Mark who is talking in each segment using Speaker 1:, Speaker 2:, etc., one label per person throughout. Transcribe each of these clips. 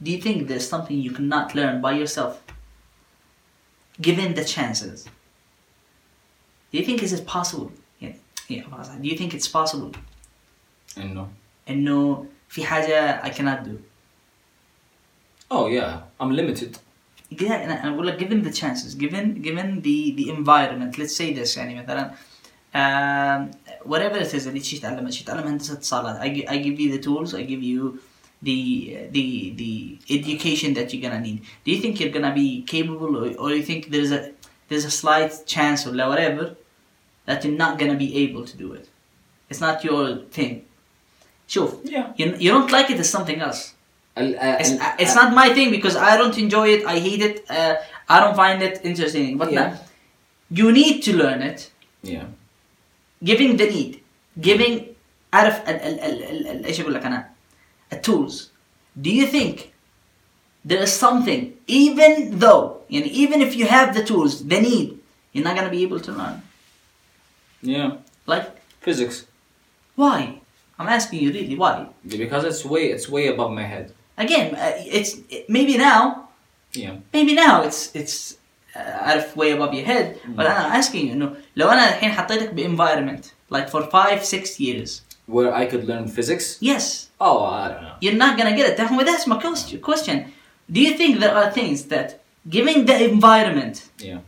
Speaker 1: Do you think there's something you cannot learn by yourself? Given the chances. Do you think is it possible؟ يعني يعني أبغى أسأل، do you think it's possible
Speaker 2: انه
Speaker 1: إنه في حاجة I cannot do؟
Speaker 2: oh yeah I'm limited
Speaker 1: Yeah, انا انا بقول لك given the chances given given the the environment let's say this يعني مثلا um, whatever it is اللي تشي تتعلم تشي تتعلم هندسه اتصالات I, gi- I give you the tools I give you the the the education that you're gonna need do you think you're gonna be capable or, or you think there's a there's a slight chance or whatever that you're not gonna be able to do it it's not your thing شوف
Speaker 2: Yeah.
Speaker 1: you, you don't like it as something else
Speaker 2: ال- ال-
Speaker 1: it's,
Speaker 2: uh,
Speaker 1: it's not my thing because I don't enjoy it. I hate it. Uh, I don't find it interesting. But
Speaker 2: Yeah.
Speaker 1: no, you need to learn it.
Speaker 2: yeah
Speaker 1: Giving the need, giving عارف ال ال ال ال ال ايش اقول لك انا؟ التولز. uh, Do you think there is something even though يعني even if you have the tools, the need, you're not gonna be able to learn.
Speaker 2: yeah
Speaker 1: Like
Speaker 2: physics
Speaker 1: why? I'm asking you really why?
Speaker 2: because it's way it's way above my head
Speaker 1: Again, uh, it's maybe now
Speaker 2: yeah
Speaker 1: maybe now it's it's uh, عارف way above your head but I'm asking you انه لو انا الحين حطيتك ب environment like for 5 6 years
Speaker 2: where I could learn physics
Speaker 1: yes
Speaker 2: oh I don't know
Speaker 1: you're not gonna get it Therefore, that's my quest- question do you think there are things that giving the environment
Speaker 2: yeah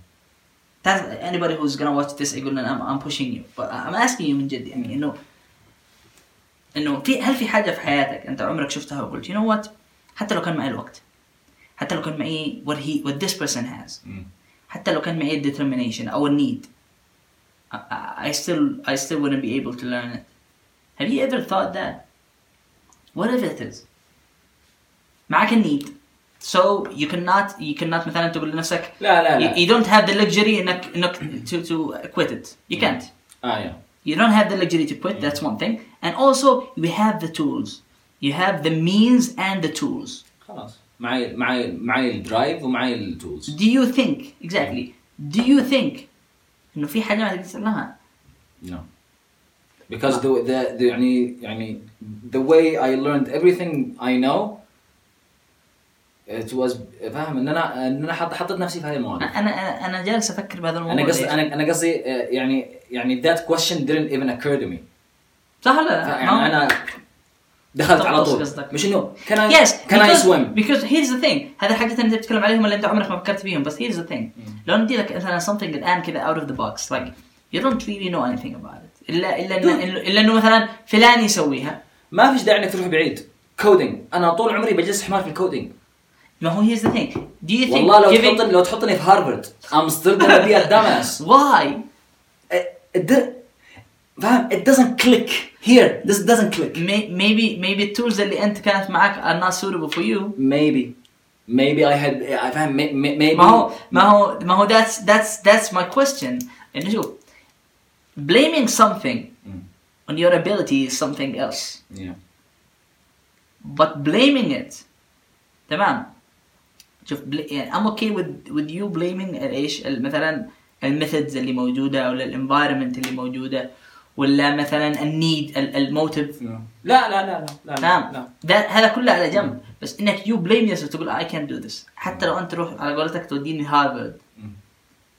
Speaker 1: that's anybody who's gonna watch this يقول لنا I'm, I'm pushing you but I'm asking you من جد يعني انه انه في هل في حاجه في حياتك انت عمرك شفتها وقلت you know what حتى لو كان معي الوقت حتى لو كان معي what he what this person has
Speaker 2: Mm.
Speaker 1: حتى لو كان معي الديترمينيشن او النيد I, I still I still wouldn't be able to learn it have you ever thought that what if it is معك النيد so you cannot you cannot مثلا تقول لنفسك
Speaker 2: لا لا لا
Speaker 1: You, you don't have the luxury انك انك to to quit it. You can't.
Speaker 2: ah yeah
Speaker 1: You don't have the luxury to quit. That's one thing. And also we have the tools. You have the means and the tools.
Speaker 2: خلاص معي معي معي الدرايف ومعي التولز
Speaker 1: Do you think exactly? Do you think انه في حاجه ما تقدر تتعلمها؟
Speaker 2: no because the, the, the يعني يعني the way I learned everything I know it was فاهم ان انا ان انا حط- حطيت نفسي في هذه المواقف
Speaker 1: انا انا انا جالس افكر بهذا الموضوع
Speaker 2: انا قصدي
Speaker 1: ليش؟
Speaker 2: انا انا قصدي آه، يعني يعني that question didn't even occur to me
Speaker 1: صح ولا لا؟
Speaker 2: يعني
Speaker 1: آه، ما هو-
Speaker 2: انا دخلت على
Speaker 1: تغطس
Speaker 2: طول
Speaker 1: قصدك.
Speaker 2: مش انه can I
Speaker 1: Yes,
Speaker 2: can I
Speaker 1: because-
Speaker 2: swim
Speaker 1: Because here's the thing هذا حاجة انت بتتكلم عليهم اللي انت عمرك ما فكرت فيهم بس here's the thing لو ندي لك مثلا something الان كذا out of the box like you don't really know anything about it الا الا انه الا انه مثلا فلان يسويها
Speaker 2: ما فيش داعي انك تروح بعيد كودينج انا طول عمري بجلس حمار في الكودينج
Speaker 1: ما هو here's the thing do you think
Speaker 2: والله لو
Speaker 1: giving-
Speaker 2: تحطني لو تحطني في هارفرد ام ستيل gonna be a dumbass
Speaker 1: why
Speaker 2: It did- فاهم it doesn't click here this doesn't click
Speaker 1: May- maybe maybe التولز اللي انت كانت معك are not suitable for you
Speaker 2: maybe maybe I had I فاهم may- may- maybe
Speaker 1: ما هو ما هو ما هو that's that's that's my question انه شوف blaming something on your ability is something else
Speaker 2: Yeah.
Speaker 1: but blaming it تمام شوف بل... يعني I'm okay with with you blaming ال- ايش ال- مثلا الميثودز اللي موجوده ولا الانفايرمنت اللي موجوده ولا مثلا النيد الموتيف
Speaker 2: لا لا لا لا لا
Speaker 1: تمام
Speaker 2: لا
Speaker 1: نعم. ده هذا كله على جنب بس انك يو بليم يورسيلف تقول اي كان دو ذس حتى لو انت تروح على قولتك توديني هارفرد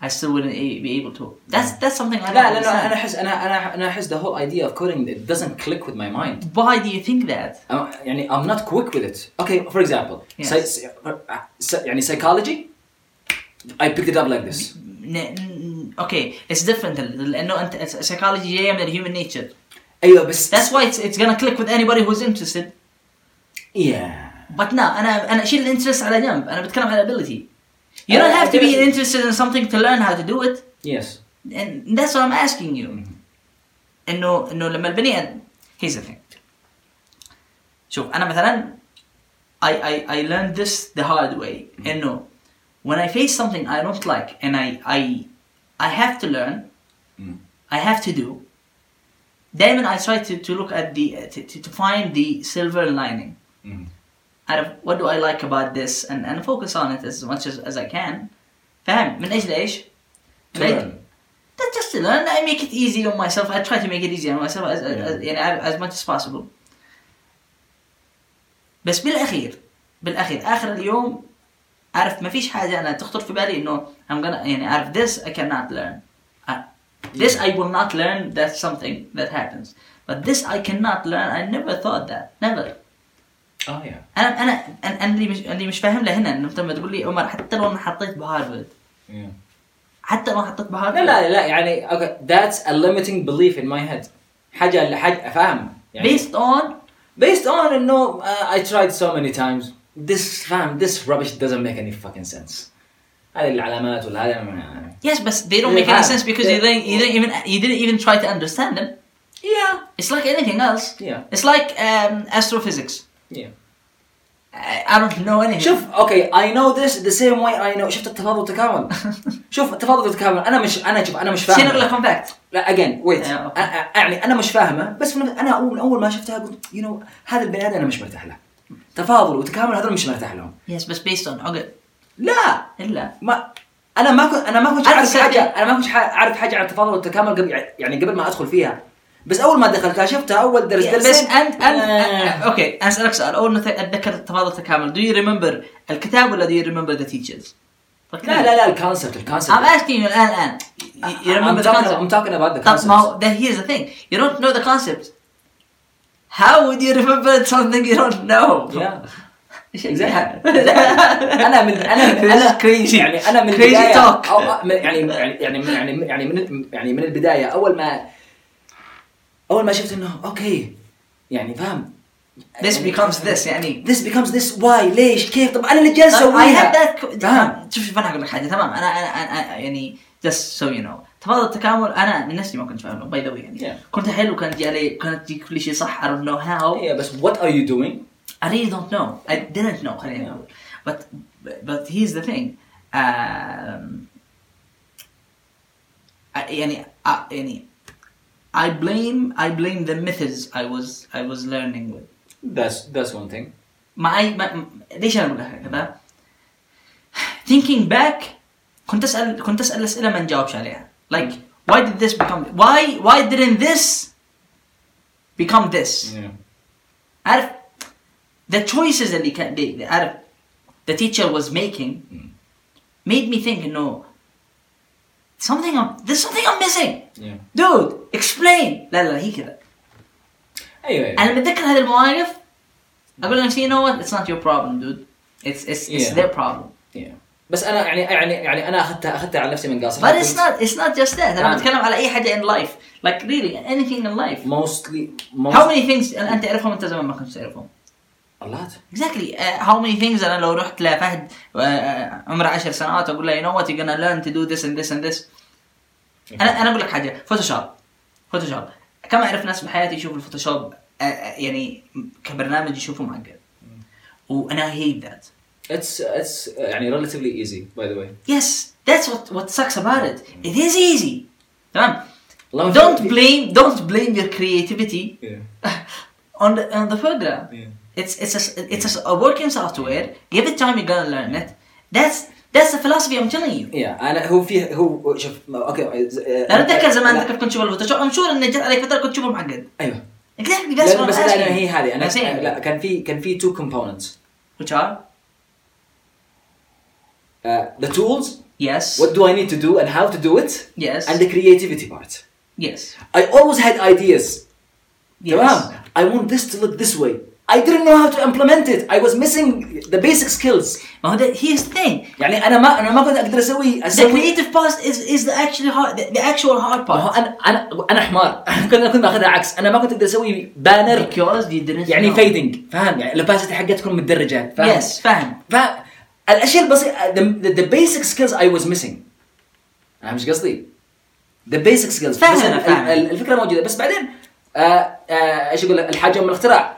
Speaker 1: I still wouldn't a- be able to. That's that's something I
Speaker 2: لا لا
Speaker 1: understand.
Speaker 2: لا انا احس انا انا انا احس the whole idea of coding it doesn't click with my mind
Speaker 1: Why do you think that?
Speaker 2: I'm- يعني I'm not quick with it okay for example
Speaker 1: Yes.
Speaker 2: psy- psy- psy- يعني psychology I picked it up like this
Speaker 1: ن- ن- okay, it's different لانه انت psychology جايه من human nature.
Speaker 2: ايوه بس
Speaker 1: That's why it's, it's gonna click with anybody who's interested.
Speaker 2: yeah
Speaker 1: But no, أنا أنا أشيل الانترست على جنب، أنا بتكلم على ability. You don't have to be interested in something to learn how to do it.
Speaker 2: yes
Speaker 1: And that's what I'm asking you. إنه إنه لما البني آدم here's the thing. شوف أنا مثلا I I I learned this the hard way. إنه when I face something I don't like and I I I have to learn,
Speaker 2: Mm,
Speaker 1: I have to do. دائما I try to to look at the to, to, to find the silver lining.
Speaker 2: mm.
Speaker 1: out of what do I like about this and, and focus on it as much as, as I can. فاهم؟ من اجل ايش؟
Speaker 2: To
Speaker 1: من أجل-
Speaker 2: learn.
Speaker 1: That's just to learn. I make it easy on myself. I try to make it easy on myself as, as,
Speaker 2: Yeah.
Speaker 1: as, يعني as much as possible. بس بالاخير بالاخير اخر اليوم عارف ما فيش حاجه انا تخطر في بالي انه I'm gonna يعني عارف this I cannot learn I- this I will not learn that's something that happens but this I cannot learn I never thought that never Oh,
Speaker 2: اه يا
Speaker 1: انا انا انا أنا اللي مش اللي مش فاهم له هنا إنه انت لما تقول لي عمر حتى لو انا حطيت بهارفرد
Speaker 2: يا.
Speaker 1: حتى لو حطيت بهارفرد
Speaker 2: لا لا لا يعني اوكي ذاتس ا limiting belief in my head حاجه اللي حاجه فاهم يعني
Speaker 1: based on
Speaker 2: based on انه uh, I tried so many times this فاهم this rubbish doesn't make any fucking sense هذه العلامات ولا هذا ما-
Speaker 1: yes but they don't
Speaker 2: They
Speaker 1: make any
Speaker 2: have-
Speaker 1: sense because
Speaker 2: they-
Speaker 1: you didn't you didn't even you didn't even try to understand them
Speaker 2: yeah
Speaker 1: it's like anything else
Speaker 2: yeah
Speaker 1: it's like um, astrophysics
Speaker 2: yeah
Speaker 1: I, I don't know anything
Speaker 2: شوف اوكي اي نو ذس ذا سيم واي اي نو شفت التفاضل والتكامل شوف التفاضل والتكامل انا مش انا شوف انا مش فاهم
Speaker 1: شنو اقول لك فاكت
Speaker 2: لا اجين ويت
Speaker 1: Yeah, okay.
Speaker 2: يعني انا مش فاهمه بس من انا اول اول ما شفتها قلت يو نو هذا البني ادم انا مش مرتاح له تفاضل وتكامل هذول مش مرتاح لهم
Speaker 1: yes بس based on okay
Speaker 2: لا
Speaker 1: الا
Speaker 2: ما انا ما كنت انا ما كنت
Speaker 1: عارف
Speaker 2: اعرف
Speaker 1: السالفة.
Speaker 2: حاجه انا ما كنت ح- اعرف حاجه عن التفاضل والتكامل قبل يعني قبل ما ادخل فيها بس اول ما دخلتها شفتها اول درس درس
Speaker 1: بس آه، انت
Speaker 2: آه.
Speaker 1: انت اوكي اسالك سؤال اول ما اتذكر التفاضل التكامل do you remember الكتاب ولا do you remember the teachers؟
Speaker 2: لا لا لا الكونسبت الكونسبت
Speaker 1: I'm asking you الان الان You- you remember
Speaker 2: I'm
Speaker 1: the
Speaker 2: talking-
Speaker 1: concept
Speaker 2: I'm talking about the
Speaker 1: طب ما هو
Speaker 2: concepts.
Speaker 1: ده here's the thing you don't know the concept how would you remember something you don't know
Speaker 2: Yeah.
Speaker 1: شيء
Speaker 2: Exactly. انا من انا من
Speaker 1: This
Speaker 2: انا
Speaker 1: is crazy.
Speaker 2: يعني انا من
Speaker 1: Crazy
Speaker 2: البداية-
Speaker 1: talk.
Speaker 2: أو أو- من- يعني يعني يعني من يعني من- يعني من يعني من البدايه اول ما اول ما شفت انه اوكي يعني فاهم
Speaker 1: this becomes this يعني
Speaker 2: this becomes this why ليش كيف طب انا اللي جالس
Speaker 1: I had
Speaker 2: اسويها
Speaker 1: that
Speaker 2: فاهم
Speaker 1: شوف شوف انا اقول لك حاجه تمام انا انا, أنا أنا- يعني just so you know تفاضل التكامل انا من نفسي ما كنت فاهمه باي ذا يعني
Speaker 2: Yeah.
Speaker 1: كنت حلو كانت جي علي كانت تجي كل شيء صح I don't know how
Speaker 2: Yeah, بس what are you doing
Speaker 1: I really don't know. I didn't know. خلينا نقول. But but here's the thing. Um, I- يعني I- يعني I blame I blame the methods I was I was learning with.
Speaker 2: That's that's one thing.
Speaker 1: ما أي ما م- ليش انا اقول لك هكذا؟ Thinking back كنت اسال كنت اسال اسئله ما نجاوبش عليها. Like why did this become why why didn't this become this؟
Speaker 2: Yeah.
Speaker 1: عارف the choices اللي كان اللي- عارف the teacher was making
Speaker 2: Mm.
Speaker 1: made me think no something I'm, there's something I'm missing
Speaker 2: Yeah.
Speaker 1: dude explain لا لا هي كذا
Speaker 2: Anyway.
Speaker 1: انا بتذكر هذه المواقف اقول لنفسي you know what it's not your problem dude it's it's it's
Speaker 2: Yeah.
Speaker 1: their problem
Speaker 2: yeah. بس انا يعني يعني يعني انا اخذتها اخذتها على نفسي من قاصر.
Speaker 1: but it's not it's not just that انا
Speaker 2: نعم.
Speaker 1: بتكلم على اي حاجه in life like really anything in life
Speaker 2: mostly most
Speaker 1: how many things انت تعرفهم انت زمان ما كنت تعرفهم
Speaker 2: a lot.
Speaker 1: Exactly. Uh, how many things انا لو رحت لفهد uh, عمره 10 سنوات اقول له you know what you're gonna learn to do this and this and this انا انا اقول لك حاجه فوتوشوب فوتوشوب كم اعرف ناس بحياتي يشوفوا الفوتوشوب uh, uh, يعني كبرنامج يشوفه معقد وانا hate that
Speaker 2: It's it's uh, يعني relatively easy by the way.
Speaker 1: yes that's what what sucks about it it is easy تمام
Speaker 2: Long-
Speaker 1: don't blame don't blame your creativity
Speaker 2: Yeah.
Speaker 1: on the on the program
Speaker 2: Yeah.
Speaker 1: It's it's a, it's a, a working software. Give it time, you're gonna learn it. That's that's the philosophy I'm telling you.
Speaker 2: Yeah. انا هو فيه هو شوف اوكي ز-
Speaker 1: انا اتذكر زمان
Speaker 2: لا.
Speaker 1: ذكر كنت تشوف الفوتوشوب ام شور انه جت عليك فتره كنت تشوفه معقد.
Speaker 2: ايوه
Speaker 1: Exactly that's
Speaker 2: لا،
Speaker 1: what
Speaker 2: بس
Speaker 1: I'm
Speaker 2: لا
Speaker 1: asking.
Speaker 2: لا، هي هذه
Speaker 1: I'm
Speaker 2: انا
Speaker 1: saying.
Speaker 2: لا كان في كان في two components
Speaker 1: Which are
Speaker 2: Uh, the tools
Speaker 1: yes
Speaker 2: what do I need to do and how to do it
Speaker 1: yes
Speaker 2: and the creativity part
Speaker 1: yes
Speaker 2: I always had ideas
Speaker 1: yes.
Speaker 2: تمام I want this to look this way I didn't know how to implement it I was missing the basic skills
Speaker 1: ما هو ده here's the thing.
Speaker 2: يعني انا ما انا ما كنت اقدر اسوي
Speaker 1: The
Speaker 2: اسوي
Speaker 1: creative part is is the actually hard the, the actual hard
Speaker 2: ما هو
Speaker 1: part.
Speaker 2: انا انا انا حمار كنت انا كنت ماخذها عكس انا ما كنت اقدر اسوي بانر
Speaker 1: Because you didn't
Speaker 2: يعني
Speaker 1: know.
Speaker 2: فيدنج فاهم يعني لباستي حقتي تكون متدرجه فاهم
Speaker 1: Yes فاهم.
Speaker 2: فاهم الاشياء البسيطه the, the basic skills I was missing انا مش قصدي the basic skills بس
Speaker 1: فاهم،
Speaker 2: ال-
Speaker 1: فاهم.
Speaker 2: ال- الفكره موجوده بس بعدين آه، آه، ايش اقول لك؟ الحاجه من الاختراع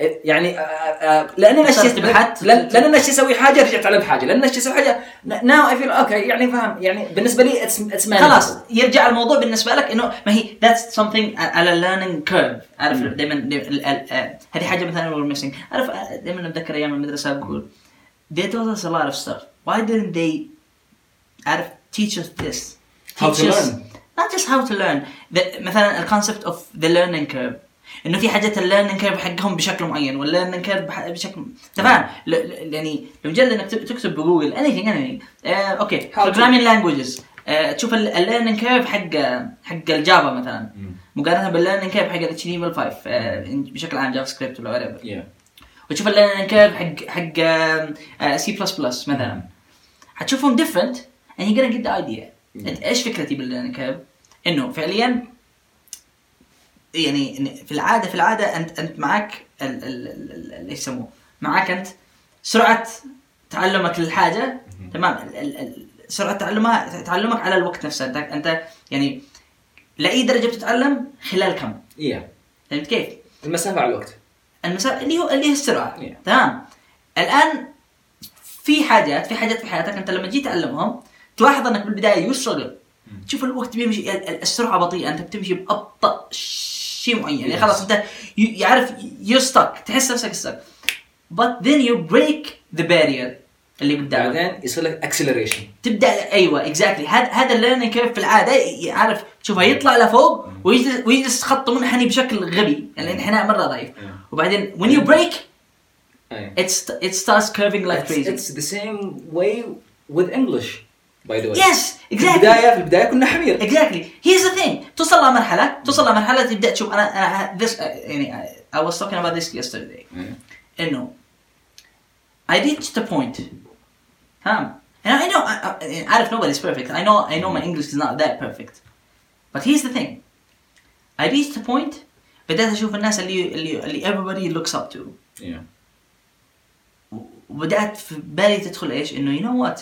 Speaker 2: إيه، يعني آه، آه، لان انا
Speaker 1: صرت
Speaker 2: شيء
Speaker 1: بحث.
Speaker 2: لان لأن انا شيء اسوي حاجه رجعت على بحاجه لان انا شيء اسوي حاجه ناو اي فيل اوكي يعني فاهم يعني بالنسبه لي اتس اتس
Speaker 1: خلاص يرجع الموضوع بالنسبه لك انه ما هي that's something على learning curve عارف
Speaker 2: مم.
Speaker 1: دائما آه، هذه حاجه مثلا we're missing عارف آه، دائما اتذكر ايام المدرسه اقول they told us a lot of stuff why didn't they عارف teach us this
Speaker 2: How to
Speaker 1: Teach us-
Speaker 2: learn.
Speaker 1: not just how to learn the, مثلا الكونسبت of the learning curve انه في حاجات الليرنينج كيرف حقهم بشكل معين والليرنينج كيرف بح- بشكل انت فاهم ل- ل- يعني لمجرد انك تب- تكتب بجوجل آه، اني ثينج اني اوكي
Speaker 3: How to-
Speaker 1: بروجرامينج لانجوجز تشوف الليرنينج كيرف حق حق الجافا مثلا
Speaker 2: مم.
Speaker 1: مقارنه بالليرنينج كيرف حق الاتش تي 5 آه، بشكل عام جافا سكريبت ولا whatever
Speaker 2: Yeah.
Speaker 1: وتشوف الليرنينج كيرف حق آه، حق سي بلس بلس مثلا حتشوفهم different and you're gonna get the idea
Speaker 2: مم.
Speaker 1: أنت ايش فكرتي بالليرنينج كيرف؟ انه فعليا يعني إن- في العاده في العاده انت انت معك ال- ال- ال- ال- اللي يسموه معك انت سرعه تعلمك للحاجه
Speaker 2: مهم.
Speaker 1: تمام ال- ال- ال- سرعه تعلمها تعلمك على الوقت نفسه انت انت يعني لاي درجه بتتعلم خلال كم؟
Speaker 2: Yeah.
Speaker 1: فهمت كيف؟
Speaker 2: المسافه على الوقت
Speaker 1: المسافه اللي هو اللي هي السرعه
Speaker 2: Yeah.
Speaker 1: تمام الان في حاجات في حاجات في حياتك انت لما تجي تعلمهم تلاحظ انك بالبدايه يشتغل تشوف الوقت بيمشي ال- ال- السرعه بطيئه انت بتمشي بابطا شيء معين يعني
Speaker 2: Yes.
Speaker 1: خلاص انت ي- يعرف يستك تحس نفسك استك but then you break the barrier اللي قدامك
Speaker 2: بعدين يصير لك اكسلريشن
Speaker 1: تبدا ايوه اكزاكتلي هذا هذا الليرنينج كيرف في العاده يعرف تشوفه يطلع لفوق ويجلس ويجلس خط منحني بشكل غبي الانحناء مره ضعيف
Speaker 2: Yeah.
Speaker 1: وبعدين when you break it's it starts curving like
Speaker 2: It's,
Speaker 1: crazy
Speaker 2: it's the same way with English by the way.
Speaker 1: yes
Speaker 2: في
Speaker 1: exactly
Speaker 2: البدايه في البدايه كنا حمير.
Speaker 1: exactly here's the thing توصل لمرحله توصل لمرحله تبدا تشوف انا انا this يعني I, I was talking about this yesterday انه I reached the point تمام and I know I, I, عارف nobody's perfect I know I know my English is not that perfect but here's the thing I reached the point بدأت أشوف الناس اللي اللي اللي everybody looks up to
Speaker 2: Yeah.
Speaker 1: وبدأت في بالي تدخل ايش؟ انه you know what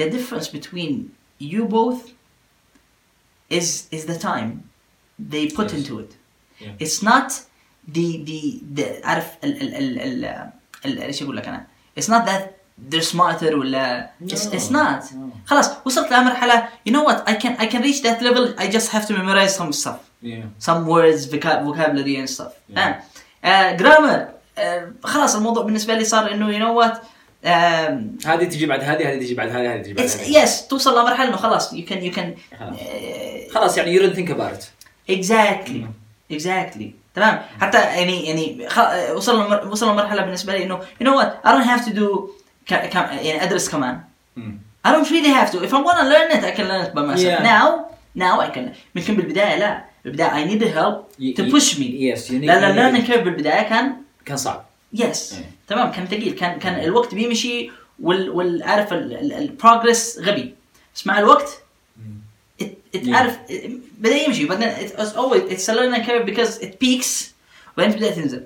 Speaker 1: the difference between you both is is the time they put
Speaker 2: Yes.
Speaker 1: into it.
Speaker 2: Yeah.
Speaker 1: It's not the the the عارف ال ال ال ال ال- ايش اقول لك انا؟ It's not that they're smarter ولا it's,
Speaker 2: No,
Speaker 1: it's not
Speaker 2: no.
Speaker 1: خلاص وصلت لمرحلة you know what I can I can reach that level I just have to memorize some stuff
Speaker 2: Yeah.
Speaker 1: some words voca- vocabulary and stuff
Speaker 2: Yeah.
Speaker 1: yeah. uh, grammar آه، خلاص الموضوع بالنسبه لي صار انه you know what آم،
Speaker 2: هذه تجي بعد هذه هذه تجي بعد هذه هذه تجي بعد
Speaker 1: it's
Speaker 2: هذه.
Speaker 1: yes توصل لمرحله انه خلاص you can you can
Speaker 2: خلاص.
Speaker 1: آه،
Speaker 2: خلاص يعني you don't think about it.
Speaker 1: exactly
Speaker 2: Mm.
Speaker 1: exactly تمام حتى يعني يعني خ- آه، وصل لمر- وصل لمرحله بالنسبه لي انه you know what I don't have to do ك- ك- يعني ادرس كمان
Speaker 2: Hmm.
Speaker 1: I don't really have to. If I want to learn it, I can learn it by myself.
Speaker 2: Yeah.
Speaker 1: Now, now I can. يمكن بالبداية لا. بالبداية I need the help
Speaker 2: You-
Speaker 1: to
Speaker 2: you-
Speaker 1: push me.
Speaker 2: Yes, you need-
Speaker 1: لأن
Speaker 2: you need-
Speaker 1: learning curve بالبداية كان
Speaker 2: كان صعب.
Speaker 1: يس
Speaker 2: Yeah.
Speaker 1: تمام كان ثقيل كان
Speaker 2: إيه.
Speaker 1: كان الوقت بيمشي وال وال عارف البروجرس غبي بس مع الوقت it-
Speaker 2: إيه.
Speaker 1: it
Speaker 2: Yeah.
Speaker 1: عارف it- بدأ يمشي بعدين it's always it's a learning curve because it peaks وبعدين تبدأ تنزل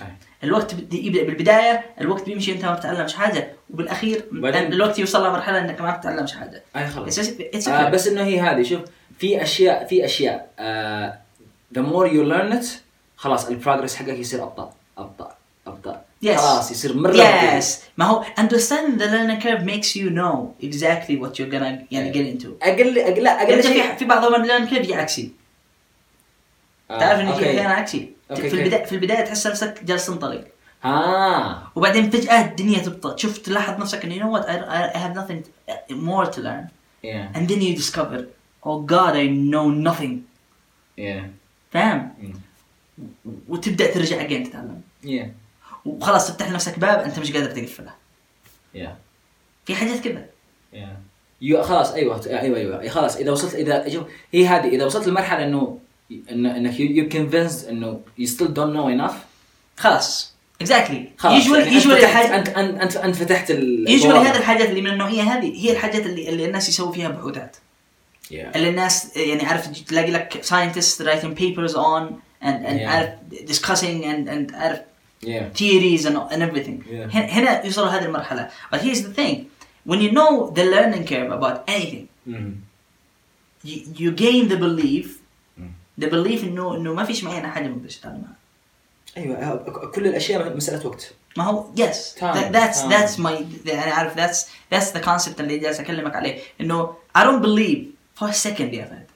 Speaker 2: أي.
Speaker 1: الوقت بد- يبدا بالبدايه الوقت بيمشي انت ما بتتعلمش حاجه وبالاخير
Speaker 2: بعدين-
Speaker 1: الوقت يوصل لمرحله انك ما بتتعلمش حاجه
Speaker 2: اي خلاص
Speaker 1: It's just- it's a
Speaker 2: آه
Speaker 1: curve.
Speaker 2: بس انه هي هذه شوف في اشياء في اشياء آه the more you learn it خلاص البروجرس حقك يصير ابطا ابطا ابطا
Speaker 1: Yes.
Speaker 2: خلاص يصير مره بطيء.
Speaker 1: yes ما هو understand the learning curve makes you know exactly what you're gonna
Speaker 2: إيه.
Speaker 1: يعني get into
Speaker 2: اقل اقل لا اقل
Speaker 1: انت
Speaker 2: شيء
Speaker 1: في في بعضهم learning curve يعكسي
Speaker 2: آه،
Speaker 1: تعرف ان في
Speaker 2: أوكي.
Speaker 1: احيانا عكسي
Speaker 2: أوكي،
Speaker 1: في
Speaker 2: أوكي.
Speaker 1: البدايه في البدايه تحس نفسك جالس تنطلق
Speaker 2: اه
Speaker 1: وبعدين فجاه الدنيا تبطأ تشوف تلاحظ نفسك انه you know what I, I- I have nothing more to learn
Speaker 2: yeah
Speaker 1: and then you discover oh god I know nothing
Speaker 2: yeah
Speaker 1: فاهم
Speaker 2: مم.
Speaker 1: وتبدا ترجع again تتعلم
Speaker 2: yeah
Speaker 1: وخلاص تفتح لنفسك باب انت مش قادر تقفله
Speaker 2: yeah
Speaker 1: في حاجات كذا
Speaker 2: yeah يو خلاص ايوه ايوه ايوه خلاص اذا وصلت اذا شوف هي هذه اذا وصلت لمرحله انه إنه- انك يو كونفينس انه يو ستيل دونت نو انف
Speaker 1: خلاص اكزاكتلي
Speaker 2: خلاص
Speaker 1: يجول
Speaker 2: يعني أنت
Speaker 1: يجول
Speaker 2: فتحت-
Speaker 1: الحاجه
Speaker 2: انت انت انت انت فتحت
Speaker 1: يجول
Speaker 2: البوابة.
Speaker 1: هذه الحاجات اللي من النوعيه هذه هي الحاجات اللي, اللي الناس يسووا فيها بحوثات
Speaker 2: Yeah.
Speaker 1: اللي الناس uh, يعني عارف تجي تلاقي لك scientists writing papers on and, and
Speaker 2: Yeah.
Speaker 1: عارف discussing and, and عارف
Speaker 2: Yeah.
Speaker 1: theories and, and everything
Speaker 2: Yeah.
Speaker 1: هنا هنا يوصلوا هذه المرحله but here's the thing when you know the learning curve about anything
Speaker 2: مم.
Speaker 1: you, you gain the belief
Speaker 2: مم.
Speaker 1: the belief انه انه ما فيش معينه حاجه ما تقدرش تتعلمها
Speaker 2: ايوه ها- ك- كل الاشياء مساله وقت
Speaker 1: ما هو يس
Speaker 2: Time.
Speaker 1: ذاتس
Speaker 2: Time.
Speaker 1: ذاتس ماي انا يعني عارف ذاتس ذاتس ذا كونسبت اللي جالس اكلمك عليه انه I don't believe for a second يا فهد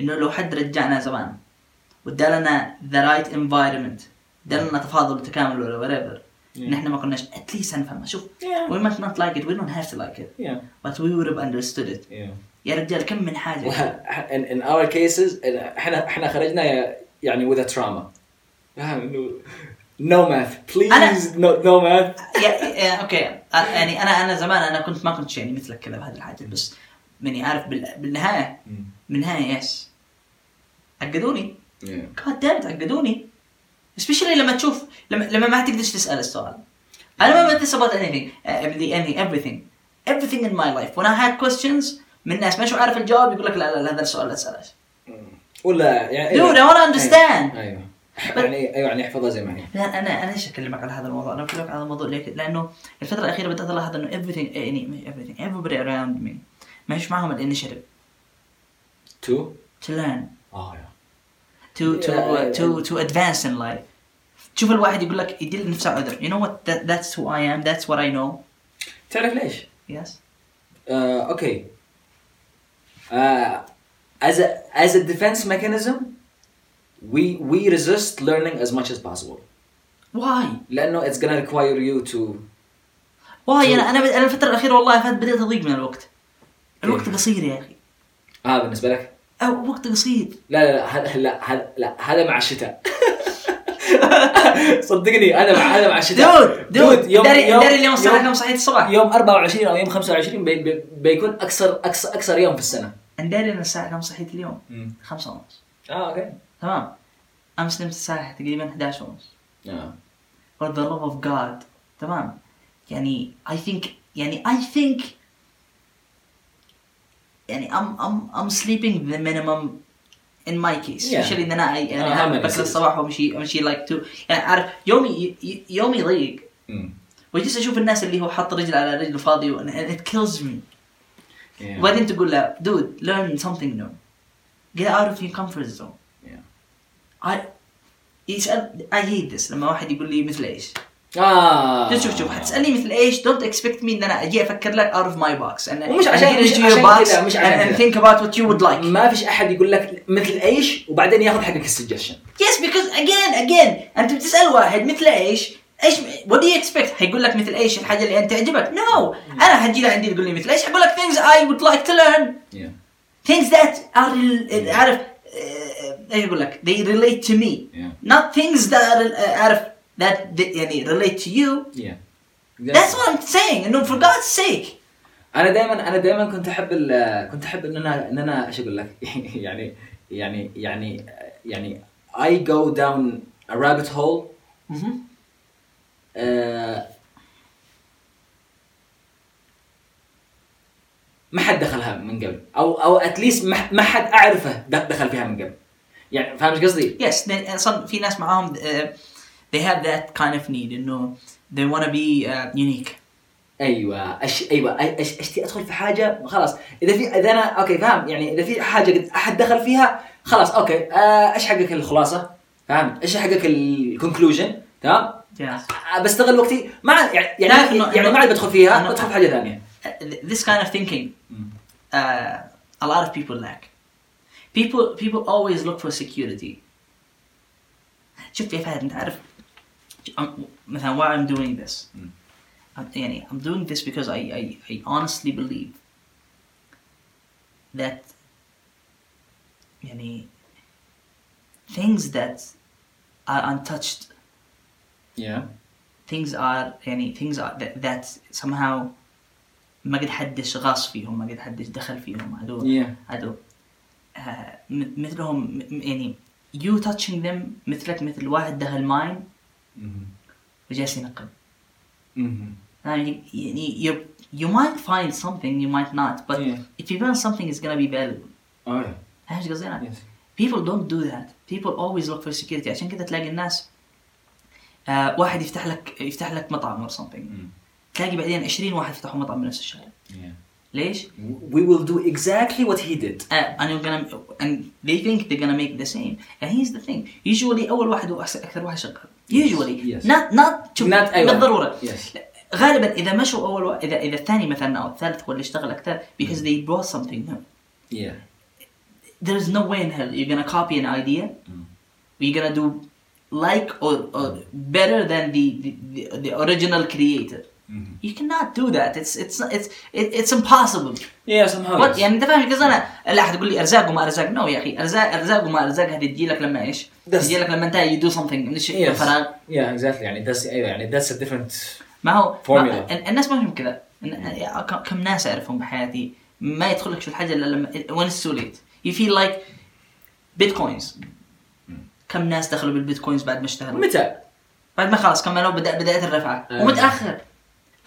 Speaker 1: انه لو حد رجعنا زمان وادالنا ذا رايت انفايرمنت ادالنا تفاضل وتكامل ولا whatever
Speaker 2: Yeah.
Speaker 1: ان احنا ما كناش اتليست هنفهمها شوف
Speaker 2: Yeah.
Speaker 1: وي we might not like it we don't have to like it
Speaker 2: Yeah.
Speaker 1: but we would have understood it
Speaker 2: Yeah.
Speaker 1: يا رجال كم من حاجه
Speaker 2: in, in our cases إن- احنا احنا خرجنا يعني with a trauma فاهم انه نو ماث بليز
Speaker 1: أنا-
Speaker 2: نو ماث
Speaker 1: يا- يا- اوكي يعني انا انا زمان انا كنت ما كنت يعني مثلك كذا بهذه الحاجه بس ماني عارف بال- بالنهايه بالنهايه يس عقدوني جاد دامت عقدوني especially لما تشوف لما لما ما تقدرش تسال السؤال انا ما بدرس about anything uh, the- any- everything everything in my life when I had questions من ناس ما شو عارف الجواب يقول لك لا لا لا هذا السؤال لا تساله
Speaker 2: ولا يعني
Speaker 1: Mm. Dude, I wanna understand.
Speaker 2: ايوه أيوة. يعني ايوه يعني احفظها زي ما هي
Speaker 1: لا انا انا ايش اكلمك على هذا الموضوع؟ انا بكلمك على الموضوع ليه؟ لانه الفتره الاخيره بدات الاحظ انه everything يعني مش everything everybody around me ما فيش معهم الانشيتيف
Speaker 2: تو
Speaker 1: to learn
Speaker 2: اه يا
Speaker 1: to to
Speaker 2: Yeah.
Speaker 1: to to advance in life تشوف الواحد يقول لك يدل نفسه عذر you know what that, that's who I am that's what I know
Speaker 2: تعرف ليش؟
Speaker 1: yes
Speaker 2: آه، اوكي آه، as a as a defense mechanism we we resist learning as much as possible
Speaker 1: why
Speaker 2: لانه it's gonna require you to
Speaker 1: واي انا انا انا الفتره الاخيره والله فات بديت اضيق من الوقت الوقت
Speaker 2: إيه.
Speaker 1: قصير يا اخي
Speaker 2: اه بالنسبه لك
Speaker 1: او وقت قصير
Speaker 2: لا لا لا هذا لا هذا لا هذا مع الشتاء صدقني انا مع هذا مع الشتاء
Speaker 1: دود دود داري داري اليوم الساعه كم صحيت الصباح
Speaker 2: يوم 24 او يوم 25 بي بي بيكون اكثر اكثر اكثر يوم في السنه
Speaker 1: داري انا الساعه كم صحيت اليوم خمسة ونص
Speaker 2: اه اوكي
Speaker 1: تمام امس نمت الساعه تقريبا 11 ونص
Speaker 2: اه
Speaker 1: for the love of God تمام يعني I think يعني I think يعني I'm I'm I'm sleeping the minimum in my case
Speaker 2: Yeah.
Speaker 1: especially ان انا I- يعني
Speaker 2: Uh, how many
Speaker 1: أعرف
Speaker 2: sleeps?
Speaker 1: بكره الصباح وامشي امشي like two يعني عارف يومي ي- يومي ضيق
Speaker 2: مم.
Speaker 1: وجلس اشوف الناس اللي هو حاط رجل على رجل فاضي و- and it kills me
Speaker 2: Yeah.
Speaker 1: وبعدين تقول له dude learn something new get out of your comfort zone
Speaker 2: Yeah.
Speaker 1: I يسأل I hate this لما واحد يقول لي مثل ايش
Speaker 2: اه
Speaker 1: شوف شوف شوف حتسالني مثل ايش دونت اكسبكت مي ان انا اجي افكر لك اوت اوف ماي بوكس
Speaker 2: ومش عشان- مش عشان كذا- مش عشان
Speaker 1: and
Speaker 2: كذا.
Speaker 1: think about what you would like
Speaker 2: ما فيش احد يقول لك مثل ايش وبعدين ياخذ حقك السجشن
Speaker 1: yes because again again انت بتسال واحد مثل ايش ايش what do you expect حيقول لك مثل ايش الحاجه اللي انت تعجبك no انا حجي لعندي تقول لي مثل ايش حقول لك things I would like to learn things that are ال- عارف آه، ايش اقول لك they relate to me
Speaker 2: Yeah.
Speaker 1: not things that are آه، عارف that they- يعني relate to you that's what I'm saying انه for God's sake
Speaker 2: انا دائما انا دائما كنت احب ال- كنت احب ان انا ان انا ايش اقول لك يعني يعني يعني يعني I go down a rabbit hole Mm-hmm. آه، ما حد دخلها من قبل او او اتليست ما حد اعرفه دخ- دخل فيها من قبل يعني فاهم ايش قصدي؟
Speaker 1: Yes, they, some في ناس معاهم uh, they have that kind of need انه they want to be uh, unique.
Speaker 2: ايوه أش... ايوه أي- أش... اشتي ادخل في حاجه خلاص اذا في اذا انا اوكي فاهم يعني اذا في حاجه قد احد دخل فيها خلاص اوكي آه، ايش حقك الخلاصه؟ فاهم؟ ايش حقك الكونكلوجن؟ تمام؟
Speaker 1: Yeah.
Speaker 2: آه، بستغل وقتي مع يعني
Speaker 1: تعرف
Speaker 2: يعني,
Speaker 1: إنه-
Speaker 2: يعني
Speaker 1: إنه-
Speaker 2: ما عاد بدخل فيها
Speaker 1: إنه-
Speaker 2: بدخل في حاجه ثانيه.
Speaker 1: This kind of thinking uh, a lot of people lack. People people always look for security. شوف يا فهد انت عارف I'm- مثلا um, why I'm doing this.
Speaker 2: Mm.
Speaker 1: I'm- يعني I'm doing this because I, I, I honestly believe that يعني things that are untouched things are يعني things are that, that somehow ما قد حدش غاص فيهم ما قد حدش دخل فيهم هذول
Speaker 2: Yeah.
Speaker 1: هذول آه، م- مثلهم م- يعني you touching them مثلك مثل واحد دخل ماين وجالس ينقب يعني يعني you, you might find something you might not but
Speaker 2: Yeah.
Speaker 1: if you learn something it's gonna be valuable
Speaker 2: Oh, yeah.
Speaker 1: فاهم ايش قصدي انا؟
Speaker 2: Yes.
Speaker 1: people don't do that people always look for security عشان كذا تلاقي الناس آه واحد يفتح لك يفتح لك مطعم or something تلاقي بعدين 20 واحد فتحوا مطعم بنفس الشارع
Speaker 2: Yeah.
Speaker 1: ليش؟
Speaker 2: We will do exactly what he did.
Speaker 1: Uh, and you're gonna and they think they're gonna make the same and here's the thing usually اول واحد هو أحس- اكثر واحد شغال usually
Speaker 2: Yes.
Speaker 1: not not شوف
Speaker 2: Not أيوة.
Speaker 1: بالضروره
Speaker 2: Yes.
Speaker 1: غالبا اذا مشوا اول وا- اذا اذا الثاني مثلا او الثالث هو اللي اشتغل اكثر because they brought something new
Speaker 2: Yeah.
Speaker 1: there's no way in hell you're gonna copy an idea
Speaker 2: Mm.
Speaker 1: we're gonna do
Speaker 2: Mm-hmm.
Speaker 1: like or, or better than the, the, the, the original creator. you cannot do that it's it's it's it- it's impossible
Speaker 2: Yeah, somehow.
Speaker 1: What-
Speaker 2: Oh, yes.
Speaker 1: يعني انت فاهم قصدي انا لا احد يقول لي ارزاق وما ارزاق نو يا اخي ارزاق ارزاق وما ارزاق هذه تجي لك لما ايش؟
Speaker 2: That's-
Speaker 1: تجي لك لما انت you do something من الشيء من
Speaker 2: Yes.
Speaker 1: الفراغ
Speaker 2: Yeah, exactly. يعني that's ايوه يعني that's a different
Speaker 1: ما هو ما
Speaker 2: Formula.
Speaker 1: ال- الناس ما فيهم كذا ال- ك- كم ناس اعرفهم بحياتي ما يدخل لك شو الحاجه الا لما when it's too late you feel like bitcoins كم ناس دخلوا بالبيتكوينز بعد ما اشتهروا
Speaker 2: متى؟
Speaker 1: بعد ما خلاص كملوا بدا بدايه الرفعه
Speaker 2: أيوة.
Speaker 1: ومتاخر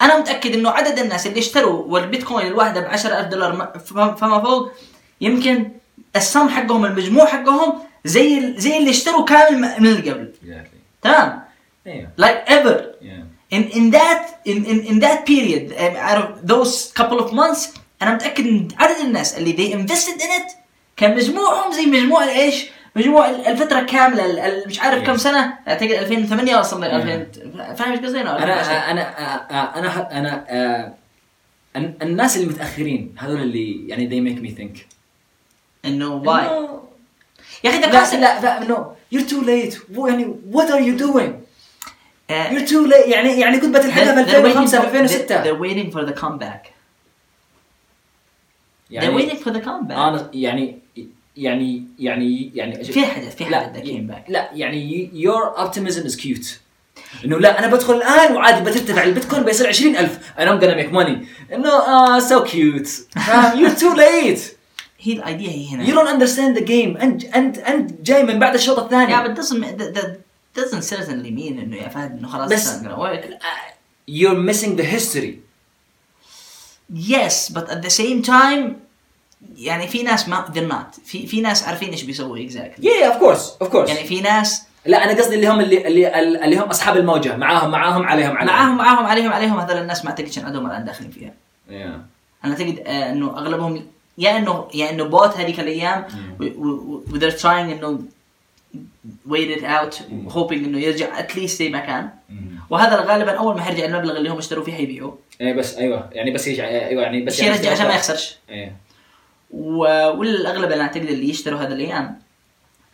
Speaker 1: انا متاكد انه عدد الناس اللي اشتروا والبيتكوين الواحده ب 10000 دولار ما- فما فما فوق يمكن السم حقهم المجموع حقهم زي ال- زي اللي اشتروا كامل م- من اللي قبل
Speaker 2: Exactly.
Speaker 1: تمام
Speaker 2: ايوه
Speaker 1: like ever
Speaker 2: yeah.
Speaker 1: in in that in in, in that period um, out of those couple of months انا متاكد ان عدد الناس اللي they invested in it كان مجموعهم زي مجموع الايش؟ مجموع ال- الفتره كامله ال- ال- مش عارف كم
Speaker 2: Yes.
Speaker 1: سنه اعتقد 2008 اصلا
Speaker 2: Yeah.
Speaker 1: 2000 فاهم ايش قصدي
Speaker 2: انا
Speaker 1: انا؟
Speaker 2: انا انا انا, أنا آه، الن- الناس اللي متاخرين هذول اللي يعني they make me think
Speaker 1: انه واي
Speaker 2: إنه-
Speaker 1: يا اخي انت
Speaker 2: لا
Speaker 1: قاصد
Speaker 2: لا لا no you're too late و- يعني what are you doing
Speaker 1: آه،
Speaker 2: you're too late يعني يعني كنت بتلحقها في
Speaker 1: they're- they're waiting
Speaker 2: 2005
Speaker 1: for-
Speaker 2: في 2006
Speaker 1: they're waiting for the comeback they're
Speaker 2: يعني
Speaker 1: waiting for the comeback
Speaker 2: انا يعني يعني يعني يعني
Speaker 1: في حدث في
Speaker 2: لا،
Speaker 1: حدث that came back
Speaker 2: لا يعني y- your optimism is cute انه لا انا بدخل الان وعادي بترتفع البيتكوين بيصير 20000 and I'm gonna make money انه اه so cute فاهم you're too late
Speaker 1: هي الايديا هي هنا
Speaker 2: You don't understand the game انت انت انت جاي من بعد الشوط الثاني
Speaker 1: Yeah, but doesn't that, that doesn't certainly mean انه يا فهد انه خلاص
Speaker 2: بس-
Speaker 1: it's not gonna work.
Speaker 2: Uh, you're missing the history
Speaker 1: Yes, but at the same time يعني في ناس ما they're not في في ناس عارفين ايش بيسووا exactly.
Speaker 2: yeah of course of course
Speaker 1: يعني في ناس
Speaker 2: لا انا قصدي اللي هم اللي اللي, اللي هم اصحاب الموجه معاهم معاهم عليهم عليهم
Speaker 1: معاهم معاهم عليهم عليهم هذول الناس ما اعتقدش ان عندهم الان داخلين فيها.
Speaker 2: yeah.
Speaker 1: انا اعتقد آه، انه اغلبهم يا انه يا انه بوت هذيك الايام
Speaker 2: Mm.
Speaker 1: و- و- و- they're trying انه wait it out
Speaker 2: Mm.
Speaker 1: hoping انه يرجع at least زي ما كان وهذا غالبا اول ما حيرجع المبلغ اللي هم اشتروا فيه حيبيعوه
Speaker 2: ايه بس ايوه يعني بس يجي ايوه يعني بس
Speaker 1: بس يرجع عشان ما يخسرش
Speaker 2: ايه
Speaker 1: و- والاغلب انا اعتقد اللي يشتروا هذا الايام